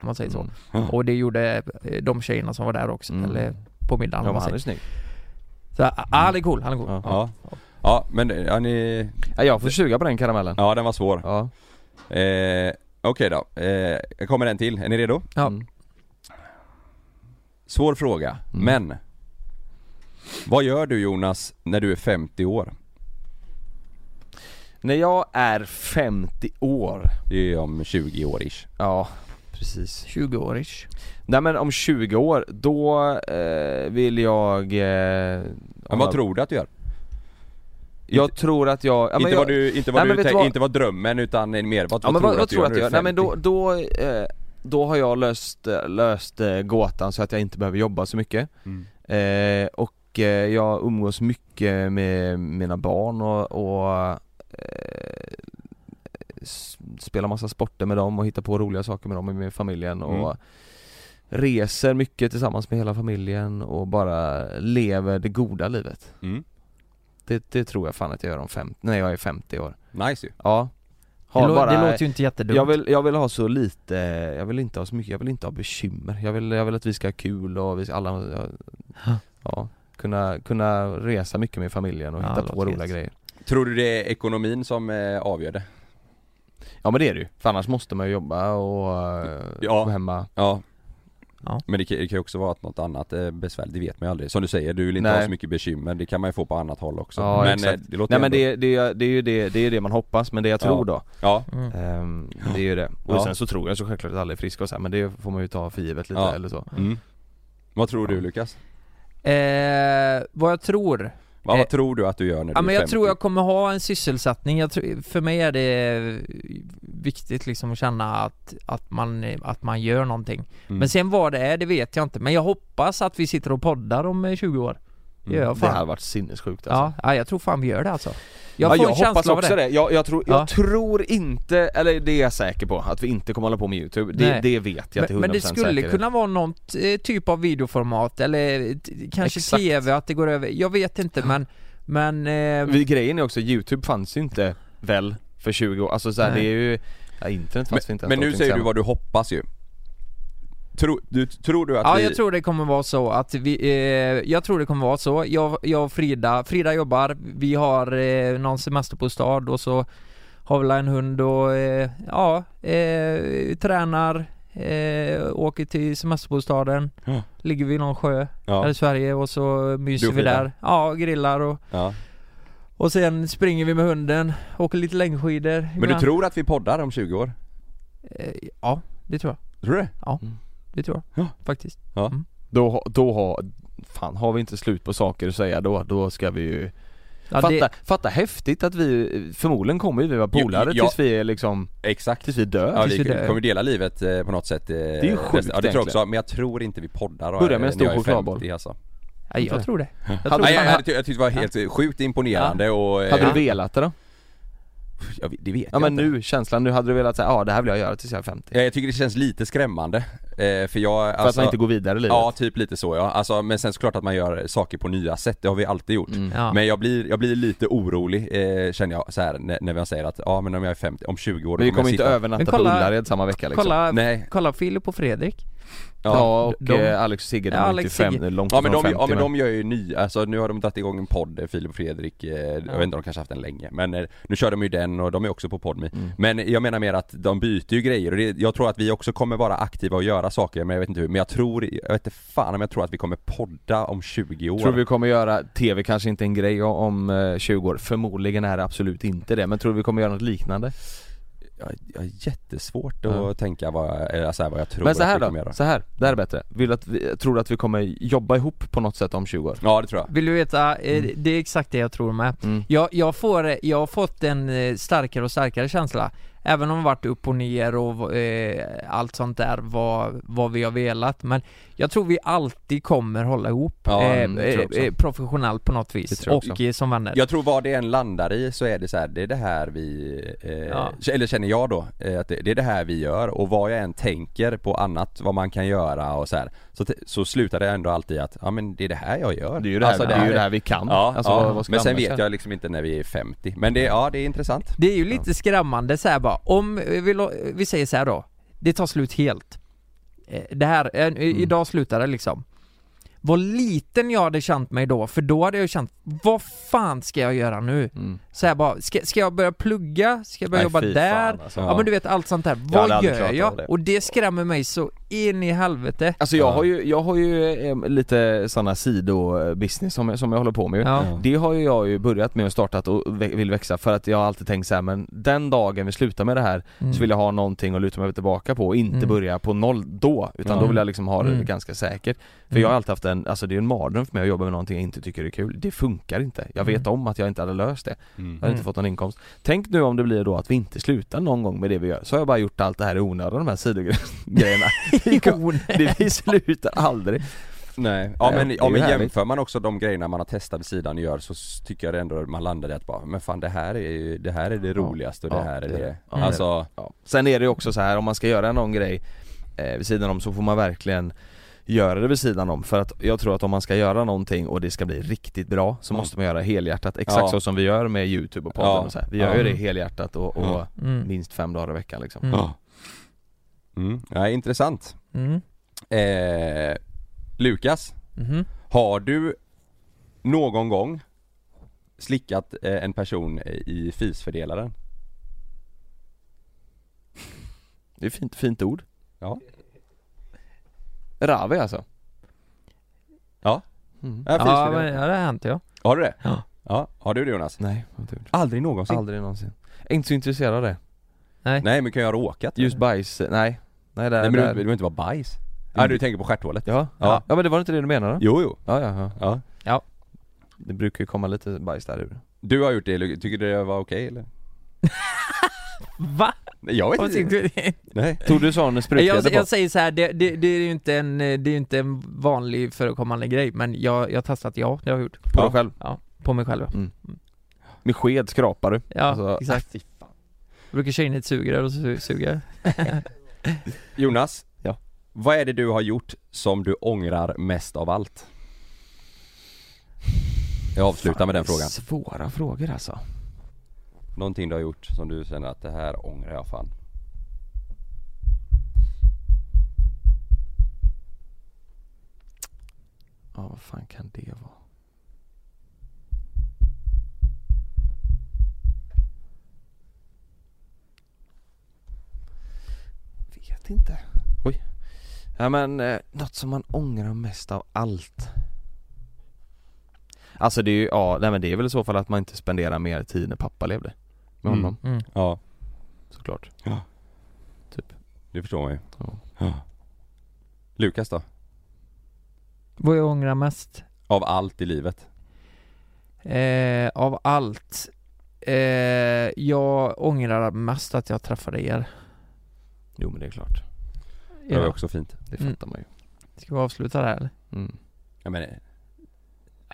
S4: Om man säger så. Och det gjorde eh, de tjejerna som var där också,
S2: Mm.
S4: eller på middagen
S2: Ja,
S4: om
S2: men
S4: man
S2: han är
S4: säger.
S2: snygg.
S4: Så, ja, han är cool, han är cool.
S2: Ja.
S3: Ja. Ja men, ja, ni,
S2: Ja, jag får suga på den karamellen.
S3: ja den var svår.
S2: Ja.
S3: Eh, Okej då, eh, jag kommer en till. Är ni redo?
S4: Ja.
S2: Mm.
S3: Svår fråga, men Vad gör du Jonas när du är 50 år?
S2: När jag är 50 år,
S3: Det är om 20 år ish.
S2: ja precis
S4: 20-årig.
S2: Nej men om 20 år, då eh, vill jag... Eh,
S3: Men vad tror du att du gör?
S2: Jag tror att jag... Ja, men
S3: inte,
S2: jag
S3: vad du, inte, vad
S2: Nej, men
S3: du
S2: vet
S3: tänk,
S2: du vad-
S3: inte vad drömmen utan mer vad,
S2: ja, men
S3: vad,
S2: vad, vad tror du att jag gör?
S3: när
S2: Nej
S3: du är
S2: men
S3: 50?
S2: då, då, eh, då har jag löst, eh, löst eh, gåtan så att jag inte behöver jobba så mycket
S3: Mm.
S2: eh, Och eh, jag umgås mycket med mina barn och, och eh, s- spelar massa sporter med dem och hittar på roliga saker med dem och med familjen och
S3: Mm.
S2: Reser mycket tillsammans med hela familjen och bara lever det goda livet
S3: Mm.
S2: Det, det tror jag fan att jag gör om 50, när jag är 50 år
S3: Nice ju.
S2: Ja
S4: Det, lå- det låter ju inte jättedumt.
S2: jag vill, jag vill ha så lite, jag vill inte ha så mycket, jag vill inte ha bekymmer. Jag vill, jag vill att vi ska ha kul och vi ska, alla,
S4: Ja.
S2: ja, ja, kunna, kunna resa mycket med familjen och
S4: Ja,
S2: hitta
S4: det
S2: på
S4: låter
S2: roliga
S4: gött.
S2: grejer.
S3: Tror du det är ekonomin som eh, avgör det?
S2: Ja men det är det ju, för annars måste man ju jobba och eh,
S3: Ja.
S2: gå hemma.
S3: Ja.
S4: Ja.
S3: Men det kan, det kan ju också vara att något annat eh, besvär, det vet man ju aldrig. Som du säger, du vill inte
S2: Nej.
S3: ha så mycket bekymmer, det kan man ju få på annat håll också.
S2: Ja,
S3: men
S2: exakt.
S3: eh, det låter
S2: Nej men
S3: ändå-
S2: det, det, det är ju det, det, är det man hoppas, men det jag tror då
S3: Ja,
S4: Mm.
S2: ehm, Det är ju det. Och
S3: Ja.
S2: sen så tror jag så självklart att alla är friska och så här, men det får man ju ta för givet lite
S3: Ja.
S2: eller så
S3: mm. Vad tror du Lukas?
S4: Eh, vad jag tror?
S3: Vad,
S4: Eh,
S3: vad tror du att du gör när du
S4: Ja men
S3: är
S4: jag
S3: 50?
S4: tror jag kommer ha en sysselsättning. Jag tror, för mig är det eh, viktigt liksom att känna att, att, man, att man gör någonting.
S3: Mm.
S4: Men sen vad det är, det vet jag inte. Men jag hoppas att vi sitter och poddar om eh, 20 år. Det gör jag
S2: Mm. Det
S4: fan.
S2: här har varit sinnessjukt alltså.
S4: Ja, ja, jag tror fan vi gör det alltså. Jag
S2: ja,
S4: får
S2: jag
S4: en känsla av
S2: hoppas också
S4: det.
S2: det. Jag, jag, tror, jag
S4: Ja.
S2: tror inte, eller det är jag säker på, att vi inte kommer hålla på med YouTube. Det,
S4: Nej.
S2: det vet jag till 100%
S4: Men, men det skulle
S2: säker.
S4: kunna vara någon t- eh, typ av videoformat eller t- kanske
S2: Exakt.
S4: TV, att det går över. Jag vet inte men, men... eh,
S2: Vi, grejen är också, YouTube fanns ju inte väl för 20 år, alltså så här, det
S4: Nej.
S2: är ju ja, internet fanns väl inte ens
S3: men, men
S2: då,
S3: nu
S2: tänkte
S3: säger
S2: jag.
S3: du vad du hoppas ju. Tror du, tror du att
S4: Ja,
S3: vi...
S4: jag tror det kommer vara så att vi, eh, jag tror det kommer vara så. Jag, jag och Frida, Frida jobbar, vi har eh, någon semesterbostad och så har vi en hund och eh, ja, eh, tränar, eh, åker till semesterbostaden,
S3: Ja.
S4: ligger vid någon sjö här
S3: Ja,
S4: i Sverige och så myser
S3: Du och
S4: vi
S3: Frida?
S4: där. Ja, grillar och,
S3: ja.
S4: och sen springer vi med hunden, åker lite längdskidor.
S3: Men du
S4: ibland.
S3: tror att vi poddar om 20 år?
S4: Eh, Ja, det tror jag.
S3: Tror du det?
S4: Det tror jag.
S3: Ja.
S4: Faktiskt.
S2: Då, ha- då har, fan har vi inte slut på saker att säga då, då ska vi ju
S4: Ja,
S2: fatta,
S4: det,
S2: fatta häftigt att vi, förmodligen kommer ju vi vara polare
S3: ja.
S2: tills vi är liksom,
S3: Exakt.
S2: tills vi dör
S3: Ja,
S4: Tills
S3: vi
S4: vi dör.
S3: kommer dela livet eh, på något sätt. eh,
S2: är ju sjukt
S3: resten- Ja, det tror jag också,
S2: egentligen.
S3: men jag tror inte vi poddar och-
S2: Börja med en
S3: när
S2: stor
S3: jag är
S2: chokladboll.
S3: 50, Alltså.
S4: ja, jag tror det. Jag tror
S3: Nej, jag,
S4: det.
S3: jag, tyckte- jag tyckte det var helt eh, sjukt imponerande och... eh,
S2: Hade du velat det då?
S3: jag vet- det vet
S2: Ja
S3: jag
S2: men
S3: inte.
S2: nu, känslan, nu hade du velat säga ja det här vill jag göra tills jag är 50
S3: Ja, Jag tycker det känns lite skrämmande. eh, För jag...
S2: För att man inte går vidare i livet
S3: Ja, typ lite så ja. Alltså, men sen såklart att man gör saker på nya sätt, det har vi alltid gjort.
S2: Mm.
S4: Ja.
S3: Mm. Men jag blir, jag blir lite orolig eh, känner jag så här när, när man säger att ja men om jag är 50, om 20 år då
S2: Men vi kommer
S3: jag
S2: inte
S3: sitta-
S2: övernatta
S4: Men kolla-
S2: på Ullared samma vecka liksom
S4: Kolla,
S3: Nej.
S4: kolla Filip och Fredrik.
S2: Ja,
S4: Ja,
S2: och
S4: de-
S2: eh, Alex och Sigge, de
S4: Ja,
S2: är
S4: Alex
S2: inte fem,
S4: Sigge.
S2: långt
S3: Ja men,
S2: ifrån
S3: de,
S2: 50
S3: ja men de gör ju ny, alltså nu har de dragit igång en podd, eh, Filip och Fredrik, eh, jag vet inte de kanske haft den länge men eh, nu kör de ju den och de är också på Podme.
S2: Mm.
S3: Men jag menar mer att de byter ju grejer och det, jag tror att vi också kommer vara aktiva och göra saker men jag vet inte hur, men jag tror, jag vet inte fan om jag tror att vi kommer podda om 20 år.
S2: Tror vi kommer göra, TV kanske inte är en grej om- om eh, 20 år, förmodligen är det absolut inte det, men tror du vi kommer göra något liknande?
S3: jag, jag har jättesvårt
S2: Ja.
S3: att tänka vad, eller så här, vad jag tror
S2: Men så
S3: att
S2: här
S3: vi kommer
S2: då,
S3: göra.
S2: så här, det här är bättre. Vill du att vi, tror du att vi kommer jobba ihop på något sätt om 20 år?
S3: Ja det tror jag.
S4: Vill du veta? Eh, Det är exakt det jag tror med.
S2: Mm.
S4: Jag, jag, får, jag har fått en eh, starkare och starkare känsla. Även om det varit upp och ner och eh, allt sånt där vad, vad vi har velat. Men jag tror vi alltid kommer hålla ihop
S3: Ja,
S4: eh,
S2: mm, det tror jag också.
S4: eh, professionellt på något
S2: Det
S4: vis.
S2: tror jag
S4: Och
S2: också.
S4: eh, som vänner.
S3: Jag tror vad det än landar i så är det så här, det är det här vi, eh,
S4: Ja.
S3: eller känner jag då, eh, att det, det är det här vi gör och vad jag än tänker på annat, vad man kan göra och så här, så, t- så slutar det ändå alltid i att, ja men det är det här jag gör.
S2: Det är ju det här,
S3: Alltså,
S2: det är ju det här vi kan.
S3: Ja,
S2: Alltså,
S3: ja.
S2: vad- vad ska
S3: men
S2: det
S3: sen
S2: annars
S3: vet
S2: göra?
S3: jag liksom inte när vi är 50. Men det, ja det är intressant.
S4: Det är ju lite skrämmande så här bara, om eh, vi, lo- vi säger så här då, det tar slut helt. Eh, Det här, eh,
S2: Mm.
S4: idag slutar det liksom. Vad liten jag hade känt mig då, för då hade jag ju känt, vad fan ska jag göra nu?
S2: Mm.
S4: Så här bara, ska, ska jag börja plugga? Ska jag börja
S2: Nej,
S4: jobba
S2: fy
S4: där?
S2: fan, alltså.
S4: ja.
S2: Ja.
S4: men du vet allt sånt där,
S2: Jag hade
S4: vad
S2: aldrig
S4: gör
S2: klarat av
S4: jag?
S2: det.
S4: Och det skrämmer mig så in i helvete.
S2: Alltså jag har ju, jag har ju eh, lite sådana sidobusiness som, jag- som jag håller på med ju.
S4: Ja.
S2: Det har ju jag ju börjat med och startat och vä- vill växa för att jag har alltid tänkt så här, men den dagen vi slutar med det här
S4: Mm.
S2: så vill jag ha någonting att luta mig tillbaka på och inte
S4: Mm.
S2: börja på noll då utan
S3: Ja.
S2: då vill jag liksom ha det
S4: Mm.
S2: ganska säkert. För
S4: Mm.
S2: jag har alltid haft en, alltså det är en mardröm för mig att jobba med någonting jag inte tycker är kul. Det funkar inte. Jag vet
S4: Mm.
S2: om att jag inte hade löst det. Jag hade
S4: Mm.
S2: inte fått någon inkomst. Tänk nu om det blir då att vi inte slutar någon gång med det vi gör. Så har jag bara gjort allt det här i onödan, de här sidogrejerna. Vi kom-
S4: Jo, nej.
S2: det, vi slutar aldrig.
S3: Nej, ja
S2: Ja,
S3: men,
S2: det är
S3: ja,
S2: ju
S3: men
S2: härligt.
S3: jämför man också de grejerna man har testat vid sidan och gör så s- tycker jag det ändå man landar i att bara, men fan det här är ju, det här är det roligaste och det
S2: Ja,
S3: här är
S2: det är
S3: det,
S2: det.
S4: Ja, det är
S3: alltså,
S2: Ja. Sen är det ju också så här om man ska göra någon grej eh, vid sidan om så får man verkligen göra det vid sidan om för att jag tror att om man ska göra någonting och det ska bli riktigt bra så
S3: Mm.
S2: måste man göra helhjärtat exakt
S3: Ja.
S2: så som vi gör med youtube och podden
S3: Ja.
S2: och så här. Vi gör
S3: Ja.
S2: ju det helhjärtat och, och
S3: Mm.
S4: Mm.
S2: minst fem dagar i veckan liksom.
S4: Mm.
S3: ja. Mm, ja, intressant.
S4: Mm.
S3: Eh, Lukas,
S4: Mhm.
S3: har du någon gång slickat eh, en person i fisfördelaren?
S2: Det är fint, fint ord.
S3: Ja.
S2: Ravi alltså?
S3: Ja.
S2: Mm.
S3: Ja, finns
S4: Ja,
S3: det.
S4: men, ja, det har hänt ja.
S3: Äh, Har du det?
S4: Ja.
S3: Ja, har du det Jonas?
S2: Nej, vad tur.
S3: Aldrig någonsin.
S2: Aldrig någonsin. Jag är inte så intresserad av det.
S3: Nej men kan jag ha råkat?
S2: Just bajs, nej. Nej, där,
S3: Nej men det
S2: där. Mm.
S3: behöver inte vara bajs. Nej du tänker på stjärthålet?
S2: Ja, ja.
S3: Ja.
S2: ja men det var inte det du menade?
S3: Jo jo.
S2: Ja, ja, ja.
S3: Ja.
S2: Det brukar ju komma lite bajs där ur.
S3: Du har gjort det, Lu- tycker du det var okej eller?
S4: Va?
S3: Nej, Jag vet
S4: Vad
S3: inte.
S4: tyckte du?
S3: Nej.
S2: Tog du sån
S4: Jag,
S2: sprutgrädde på?
S4: jag säger så här, det, det, det är ju inte en, eh, det är ju inte en vanlig förekommande grej men jag, jag har testat ja, det har jag gjort.
S2: På dig
S4: ja.
S2: själv?
S4: Ja, på mig själv.
S2: Med sked skrapar du?
S4: Ja,
S2: Alltså-
S4: exakt. Jag brukar köra in i ett sugrör och su- suga.
S3: Jonas?
S2: Ja.
S3: Vad är det du har gjort som du ångrar mest av allt? Jag avslutar med den frågan.
S2: Svåra frågor alltså.
S3: Någonting du har gjort som du känner att det här ångrar jag fan.
S2: Ja, vad fan kan det vara? Vet inte. Oj. Ja men, eh, något som man ångrar mest av allt. Alltså det är ju, ja, nej men det är väl i så fall att man inte spenderar mer tid när pappa levde. Med
S3: Mm.
S2: honom,
S4: Mm.
S3: Ja,
S2: såklart.
S3: det förstår man ju.
S2: Ja.
S3: Ja. Lukas då?
S4: Vad jag ångrar mest?
S3: Av allt i livet?
S4: Eh, av allt. Eh, jag ångrar mest att jag träffade er.
S2: Jo men det är klart.
S3: Det var
S4: Ja.
S3: också fint.
S2: Det
S4: Mm.
S2: fattar man ju.
S4: Ska vi avsluta där eller?
S2: Mm.
S3: Ja, men,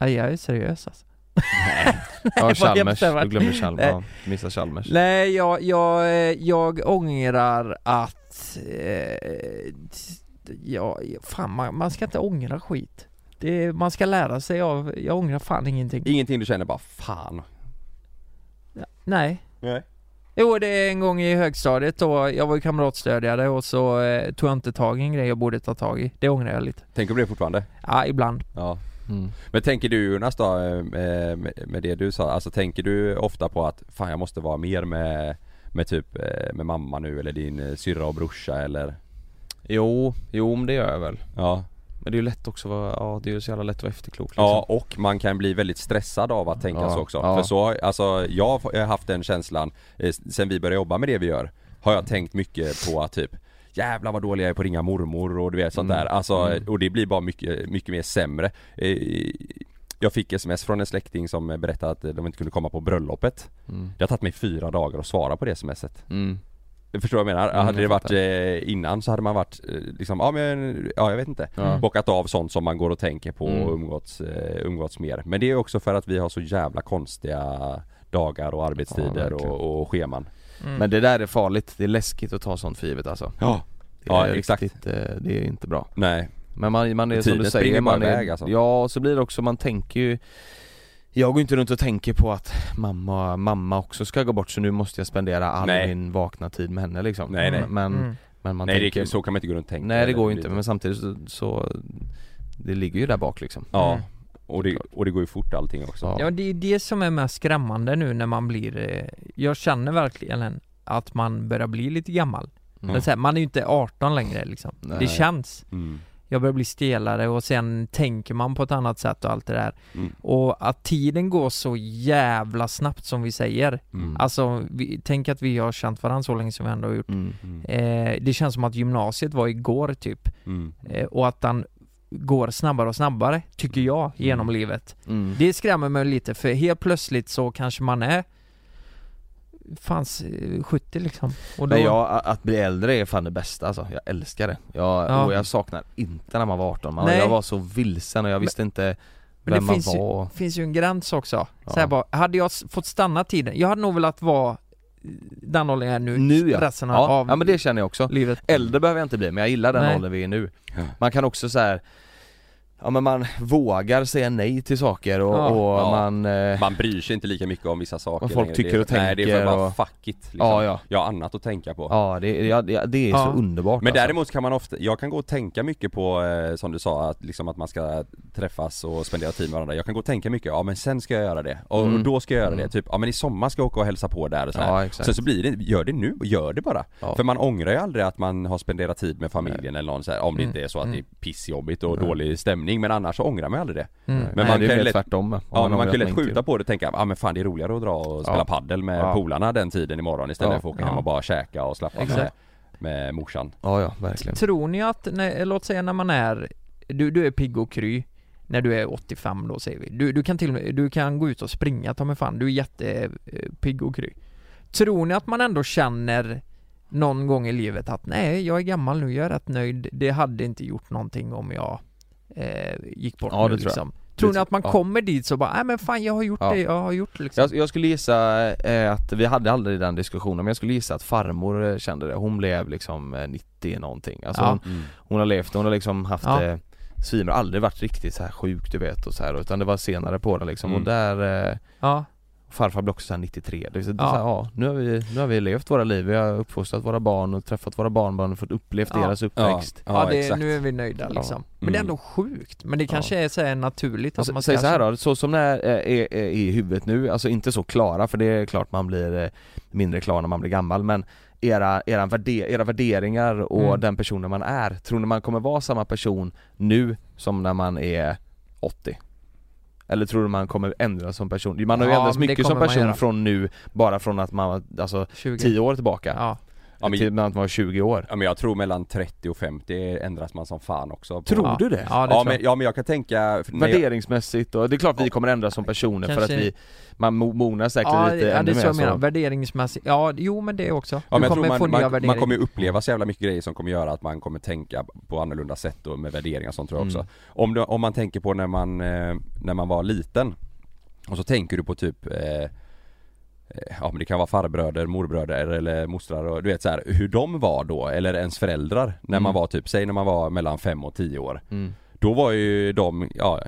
S4: Nej, jag är seriös alltså.
S2: Ja
S4: vad jag
S2: Chalmers,
S4: bestämmer.
S2: du glömmer Chalmers.
S4: Nej.
S2: Ja, du missar Chalmers.
S4: Nej, jag, jag, eh, jag ångrar att... Eh, t- ja, fan man, man ska inte ångra skit. Det, man ska lära sig av... Jag ångrar fan ingenting.
S3: ingenting du känner bara fan.
S4: Nej.
S3: Nej.
S4: Jo, det är en gång i högstadiet då, jag var ju kamratstödjare och så eh, tog jag inte tag i en grej jag borde ta tag i. Det ångrar jag lite.
S3: Tänker du på det fortfarande?
S4: Ja, ibland.
S3: Ja.
S2: Mm.
S3: Men tänker du Jonas då, eh, eh, med med det du sa, alltså tänker du ofta på att fan jag måste vara mer med, med typ eh, med mamma nu eller din eh, syrra och brorsa eller?
S2: Jo, jo men det gör jag väl.
S3: Ja.
S2: Men det är ju lätt också att vara, ja det är ju så jävla lätt att vara efterklok liksom.
S3: Ja och man kan bli väldigt stressad av att tänka
S2: Ja,
S3: så också.
S2: ja.
S3: För så, har- alltså jag har haft den känslan eh, sen vi började jobba med det vi gör. Har jag tänkt mycket på att typ Jävlar vad dålig jag är på att ringa mormor och du vet
S2: Mm.
S3: sånt där. Alltså, och det blir bara mycket, mycket mer sämre. Eh, Jag fick sms från en släkting som berättade att de inte kunde komma på bröllopet. Det har tagit mig fyra dagar att svara på det smset.
S2: Mm.
S3: Förstår du vad jag menar? hade det
S2: jag
S3: varit eh, innan så hade man varit eh, liksom, ja men, ja jag vet inte.
S2: Ja.
S3: Bockat av sånt som man går och tänker på
S2: Mm.
S3: och umgåtts, eh, umgåtts mer. Men det är också för att vi har så jävla konstiga dagar och arbetstider
S2: verkligen.
S3: och, och scheman.
S2: Men det där är farligt, det är läskigt att ta sånt för givet alltså.
S3: Ja.
S2: Det
S3: Ja,
S2: är
S3: exakt.
S2: Riktigt, eh, det är inte bra.
S3: Nej.
S2: Men man, man är som
S3: Tiden
S2: du
S3: springer
S2: säger,
S3: bara
S2: man är,
S3: iväg, alltså.
S2: ja och så blir det också, man tänker ju jag går inte runt och tänker på att mamma, mamma också ska gå bort så nu måste jag spendera all
S3: Nej.
S2: min vakna tid med henne liksom.
S3: Nej, nej.
S2: Men,
S4: Mm.
S2: men man
S3: Nej
S2: tänker,
S3: det, så kan man inte gå runt och tänka.
S2: nej det
S3: eller
S2: går ju
S3: blir-
S2: inte men samtidigt så, så det ligger ju där bak liksom.
S3: Ja.
S4: Mm.
S3: Och det, och det går ju fort allting också.
S2: Ja.
S4: Ja, det är det som är mest skrämmande nu när man blir... eh, Jag känner verkligen att man börjar bli lite gammal.
S2: Mm.
S4: Men så här, man är ju inte 18 längre liksom.
S2: Nej.
S4: Det känns.
S3: Mm.
S4: Jag börjar bli stelare och sen tänker man på ett annat sätt och allt det där.
S3: Mm.
S4: Och att tiden går så jävla snabbt som vi säger.
S3: Mm.
S4: Alltså, vi, tänk att vi har känt varandra så länge som vi ändå har gjort.
S2: Mm.
S4: Eh, det känns som att gymnasiet var igår typ.
S3: Mm.
S4: Eh, och att den går snabbare och snabbare, tycker jag, genom livet.
S2: Mm.
S4: Det skrämmer mig lite för helt plötsligt så kanske man är Fanns eh, 70 liksom. Och då,
S2: Men jag, a- att bli äldre är fan det bästa alltså. jag älskar det. Jag,
S4: Ja.
S2: och jag saknar inte när man var 18, man,
S4: Nej.
S2: jag var så vilsen och jag visste inte vem
S4: men det
S2: man
S4: finns ju,
S2: var
S4: finns ju en gräns också. Så
S2: Ja.
S4: här bara, hade jag s- fått stanna tiden, jag hade nog velat vara den åldern jag är nu,
S2: Nu ja.
S4: resten av-
S2: ja.
S4: av
S2: ja men det känner jag också
S4: livet.
S2: Äldre behöver jag inte bli men jag gillar den
S4: Nej.
S2: åldern vi är nu
S3: Ja.
S2: Man kan också så här ja men man vågar säga nej till saker och,
S4: Ja.
S2: och
S3: Ja.
S2: man... eh,
S3: Man bryr sig inte lika mycket om vissa saker
S2: Vad folk
S3: längre.
S2: tycker och
S3: det, är- Nej det är för
S2: tänker
S3: bara
S2: och-
S3: fuck it liksom.
S2: Ja, ja.
S3: Jag har annat att tänka på
S2: Ja det, ja, det, det är
S4: Ja.
S2: så underbart
S3: Men
S2: alltså.
S3: däremot kan man ofta, jag kan gå och tänka mycket på eh, som du sa att, liksom att man ska träffas och spendera tid med varandra Jag kan gå och tänka mycket, ja men sen ska jag göra det och, och då ska jag göra det, typ ja men i sommar ska jag åka och hälsa på där och sådär.
S2: Mm. Ja, exakt.
S3: Sen så blir det, gör det nu, gör det bara
S2: Ja.
S3: För man ångrar ju aldrig att man har spenderat tid med familjen eller någon så här,
S2: Mm.
S3: om det inte är så att det är pissjobbigt och dålig stämning men annars så ångrar man aldrig det
S4: Mm.
S3: Men
S2: Mm. Nej,
S3: man
S2: det är
S3: kan
S2: ju
S3: lätt-
S2: lätt tvärtom om
S3: Ja, man,
S2: ångrar
S3: man
S2: att
S3: kan lätt
S2: inte
S3: skjuta på det och tänka, ja ah, men fan det är roligare att dra och spela
S2: Ja.
S3: paddel med
S2: Ja.
S3: polarna den tiden imorgon istället
S2: Ja.
S3: för att åka hem och bara käka och slappa av med,
S4: Exakt.
S3: med morsan.
S2: Ja ja, verkligen
S4: Tror ni att, när, låt säga när man är, du, du är pigg och kry när du är 85 då säger vi. Du, du kan till och med, du kan gå ut och springa ta mig fan, du är jättepigg och kry. Tror ni att man ändå känner någon gång i livet att nej, jag är gammal nu, jag är rätt nöjd, det hade inte gjort någonting om jag eh, gick bort
S2: Ja,
S4: nu
S2: det tror jag.
S4: liksom. Tror ni
S2: tror-
S4: att man
S2: ja.
S4: kommer dit så bara, nej men fan jag har gjort
S2: Ja.
S4: det, jag har gjort liksom.
S2: Alltså, jag, jag skulle gissa eh, att, vi hade aldrig den diskussionen men jag skulle gissa att farmor eh, kände det, hon blev liksom eh, 90 någonting alltså
S4: Ja.
S2: hon,
S3: Mm.
S2: hon har levt, hon har liksom haft
S4: Ja.
S2: eh, svinbra, aldrig varit riktigt så här sjuk du vet och så här utan det var senare på det liksom
S3: Mm.
S2: och där eh,
S4: Ja,
S2: Farfar blev också såhär 93, det vill säga,
S4: Ja.
S2: ja. Så här, ja, nu, har vi, nu har vi levt våra liv, vi har uppfostrat våra barn och träffat våra barnbarn och fått upplevt
S4: Ja.
S2: deras uppväxt
S4: ja, det, nu är vi nöjda
S2: Ja.
S4: liksom. Men det är
S3: Mm.
S4: ändå sjukt, men det kanske är så här naturligt
S2: Alltså,
S4: att man ska
S2: säg så här då, så som det är, är, är i huvudet nu, alltså inte så klara för det är klart man blir eh, mindre klar när man blir gammal men era, era, värde, era värderingar och
S4: Mm.
S2: den personen man är, tror ni man kommer vara samma person nu som när man är 80? Eller tror du man kommer ändras som person? Man har ju
S4: Ja,
S2: ändrats
S4: men det
S2: mycket
S4: kommer
S2: som
S4: man göra.
S2: person från nu, bara från att man var alltså
S4: 20.
S2: 10 år tillbaka
S4: Ja.
S3: Ja, men-
S2: till när man var 20 år
S3: Ja men jag tror mellan 30 och 50 ändras man som fan också. på-
S2: Tror
S4: Ja.
S2: du det?
S4: Ja, det
S3: ja,
S4: tror
S3: men,
S4: jag.
S3: ja men jag kan tänka, för när jag,
S2: Värderingsmässigt och det är klart vi kommer ändras som personer för att
S4: Kanske-
S2: vi Man mo- mognar säkert
S4: Ja,
S2: lite
S4: det, ja, det
S2: ännu
S4: är så jag
S2: mer
S4: menar.
S2: så.
S4: Värderingsmässigt. Ja, jo men det också.
S3: ja, men
S4: du
S3: jag
S4: kommer
S3: tror
S4: få
S3: man,
S4: nya
S3: man,
S4: värderingar.
S3: man kommer ju uppleva så jävla mycket grejer som kommer göra att man kommer tänka på annorlunda sätt och med värderingar och sånt tror jag
S4: Mm.
S3: också. Om, du, om man tänker på när man, eh, när man var liten och så tänker du på typ eh, Ja men det kan vara farbröder, morbröder eller mostrar och du vet så här, hur de var då eller ens föräldrar när
S4: Mm.
S3: man var typ, säg när man var mellan 5 och 10 år.
S2: Mm.
S3: Då var ju de, ja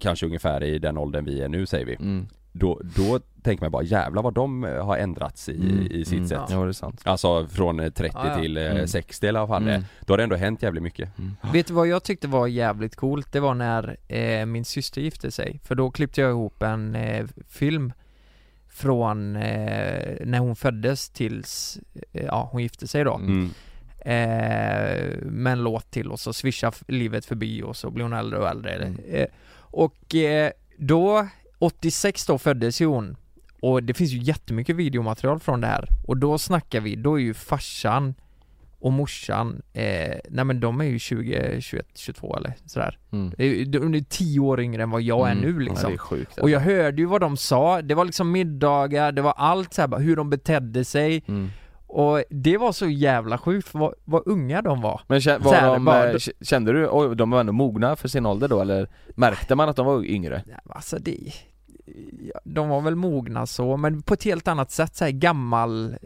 S3: kanske ungefär i den åldern vi är nu säger vi.
S2: Mm.
S3: Då, då tänker man bara jävlar vad de eh, har ändrats i,
S4: Mm.
S3: i sitt sätt.
S2: Mm. Ja det är sant
S3: Alltså från eh, 30
S4: Ja, ja.
S3: till eh,
S2: Mm.
S3: 60 eller vad fan det är. Då har det ändå hänt jävligt mycket.
S4: Vet du vad jag tyckte var jävligt coolt? Det var när eh, min syster gifte sig. För då klippte jag ihop en eh, film från eh, när hon föddes tills, eh, ja hon gifte sig då.
S3: Mm.
S4: eh, med en låt till och så swishar f- livet förbi och så blir hon äldre och äldre.
S2: Mm.
S4: Eh, och eh, då, 86 då föddes ju hon och det finns ju jättemycket videomaterial från det här och då snackar vi, då är ju farsan och morsan, eh, nej men de är ju 20, 21, 22 eller sådär.
S2: Mm.
S4: Det är ju- De är 10 år yngre än vad jag är nu
S2: Ja,
S4: liksom.
S2: det är sjukt
S4: Och jag hörde ju vad de sa, det var liksom middagar, det var allt så här, bara hur de betedde sig
S2: Mm.
S4: Och det var så jävla sjukt för vad, vad unga de var
S2: Men kä-
S4: Så
S2: var
S4: här,
S2: de,
S4: bara-
S2: eh, k- kände du, oj de var ändå mogna för sin ålder då eller märkte man att de var yngre?
S4: Alltså det ja, de var väl mogna så, men på ett helt annat sätt så här gammal,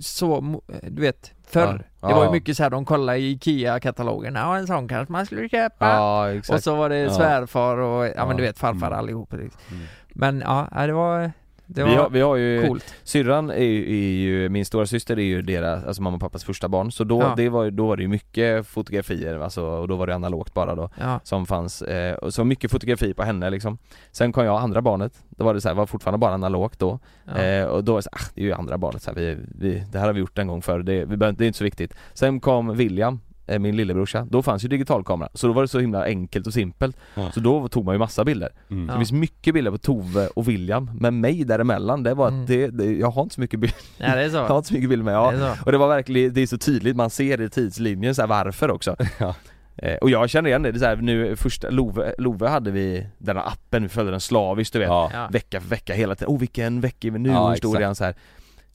S4: så, mo- du vet, förr.
S2: Ja.
S4: Det var ju
S2: Ja.
S4: mycket så här, de kollade i IKEA-katalogen, ja en sån kanske man skulle köpa.
S2: Ja
S4: och
S2: exakt
S4: så var det
S2: Ja.
S4: svärfar och, ja, men
S2: Ja. Mm.
S4: du vet farfar allihop. Liksom. Men ja, ja, det var, det var
S2: vi har, vi har ju,
S4: coolt.
S2: syrran är, ju- är ju, min stora syster är ju deras, alltså mamma och pappas första barn så då,
S4: Ja.
S2: det var, ju- då var det ju mycket fotografier alltså, och då var det analogt bara då
S4: Ja.
S2: som fanns, eh, och så mycket fotografi på henne liksom Sen kom jag, andra barnet, då var det så här, var fortfarande bara analogt då
S4: Ja.
S2: eh, Och då var det så här, ah, det är ju andra barnet så här, vi, vi, det här har vi gjort en gång förr, det, vi, behöver- det är inte så viktigt Sen kom William, eh, min lillebrorsa, då fanns ju digitalkamera, så då var det så himla enkelt och simpelt
S3: Ja.
S2: Så då tog man ju massa bilder
S3: Mm.
S2: Så
S4: Ja.
S2: det finns mycket bilder på Tove och William, men mig däremellan, det var att
S4: Mm.
S2: det, det, jag har inte så mycket bilder,
S4: Nej, det är så.
S2: jag har inte så mycket bilder med, ja.
S4: Det är så.
S2: Och det var verkligen, det är så tydligt, man ser i tidslinjen så här varför också
S3: Ja.
S2: Eh, Och jag känner igen det, det är så här, nu första, Love, Love hade vi den här appen, vi följde den slaviskt du vet
S3: Ja.
S4: Ja.
S2: Vecka för vecka hela tiden, oh vilken vecka är vi nu,
S3: Ja,
S2: hur stor är
S3: exakt.
S2: han så här.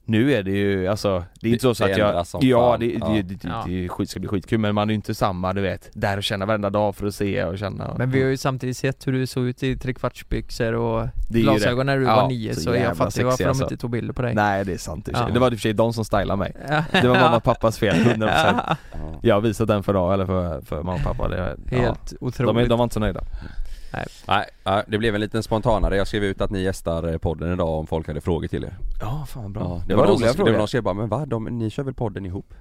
S2: Nu är det ju alltså, det är inte
S3: Det-
S2: så, så
S3: det
S2: att jag...
S3: ändras som
S2: Ja,
S3: fan.
S2: det, det,
S3: Ja.
S2: det, det, det, skit ska bli skitkul men man är ju inte samma du vet, där och känna varenda dag för att se och känna och,
S4: Men vi har ju samtidigt sett hur du såg ut i trekvartsbyxor och
S2: Det är ju
S4: glasögon
S2: det.
S4: när du
S2: Ja,
S4: var nio
S2: så
S4: så jag
S2: jävla
S4: fattar ju varför
S2: sexig,
S4: de
S2: alltså.
S4: inte tog bilder på dig
S2: Nej det är sant i och för sig.
S4: Ja.
S2: Det var i och för sig de som stylade mig.
S4: Ja.
S2: Det var mamma och pappas fel, 100%.
S3: Ja.
S2: Jag har visat den för dem, eller för, för mamma och pappa. Det, ja.
S4: Helt
S2: de, är-
S4: otroligt
S2: de var inte så nöjda.
S3: Nej, nej, det blev en liten spontanare. Jag skrev ut att ni gästar eh, podden idag om folk hade frågor till er.
S2: Ja, fan bra.
S3: Ja,
S2: det, var,
S3: någon
S2: roliga
S3: som, Det var
S2: frågor.
S3: någon som skrev bara, men vad? De, ni kör väl podden ihop?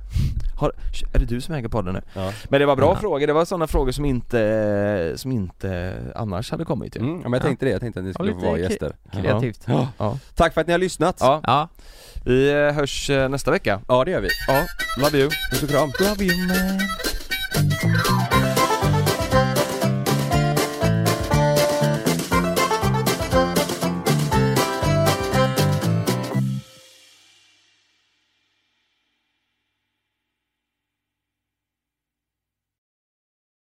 S2: Har, är det du som äger podden nu?
S3: Ja.
S2: Men det var bra
S4: Ja.
S2: frågor, det var sådana frågor som inte, som inte annars hade kommit ju.
S3: Mm, ja, men jag tänkte det. Jag tänkte att ni skulle
S4: lite
S3: vara
S4: kre-
S3: gäster.
S4: kreativt
S3: Ja. Tack för att ni har lyssnat. Ja,
S2: Ja,
S4: Ja,
S2: vi eh, hörs eh, nästa vecka.
S3: det gör vi.
S2: Ja, love you.
S3: Puss och kram.
S2: Love you man.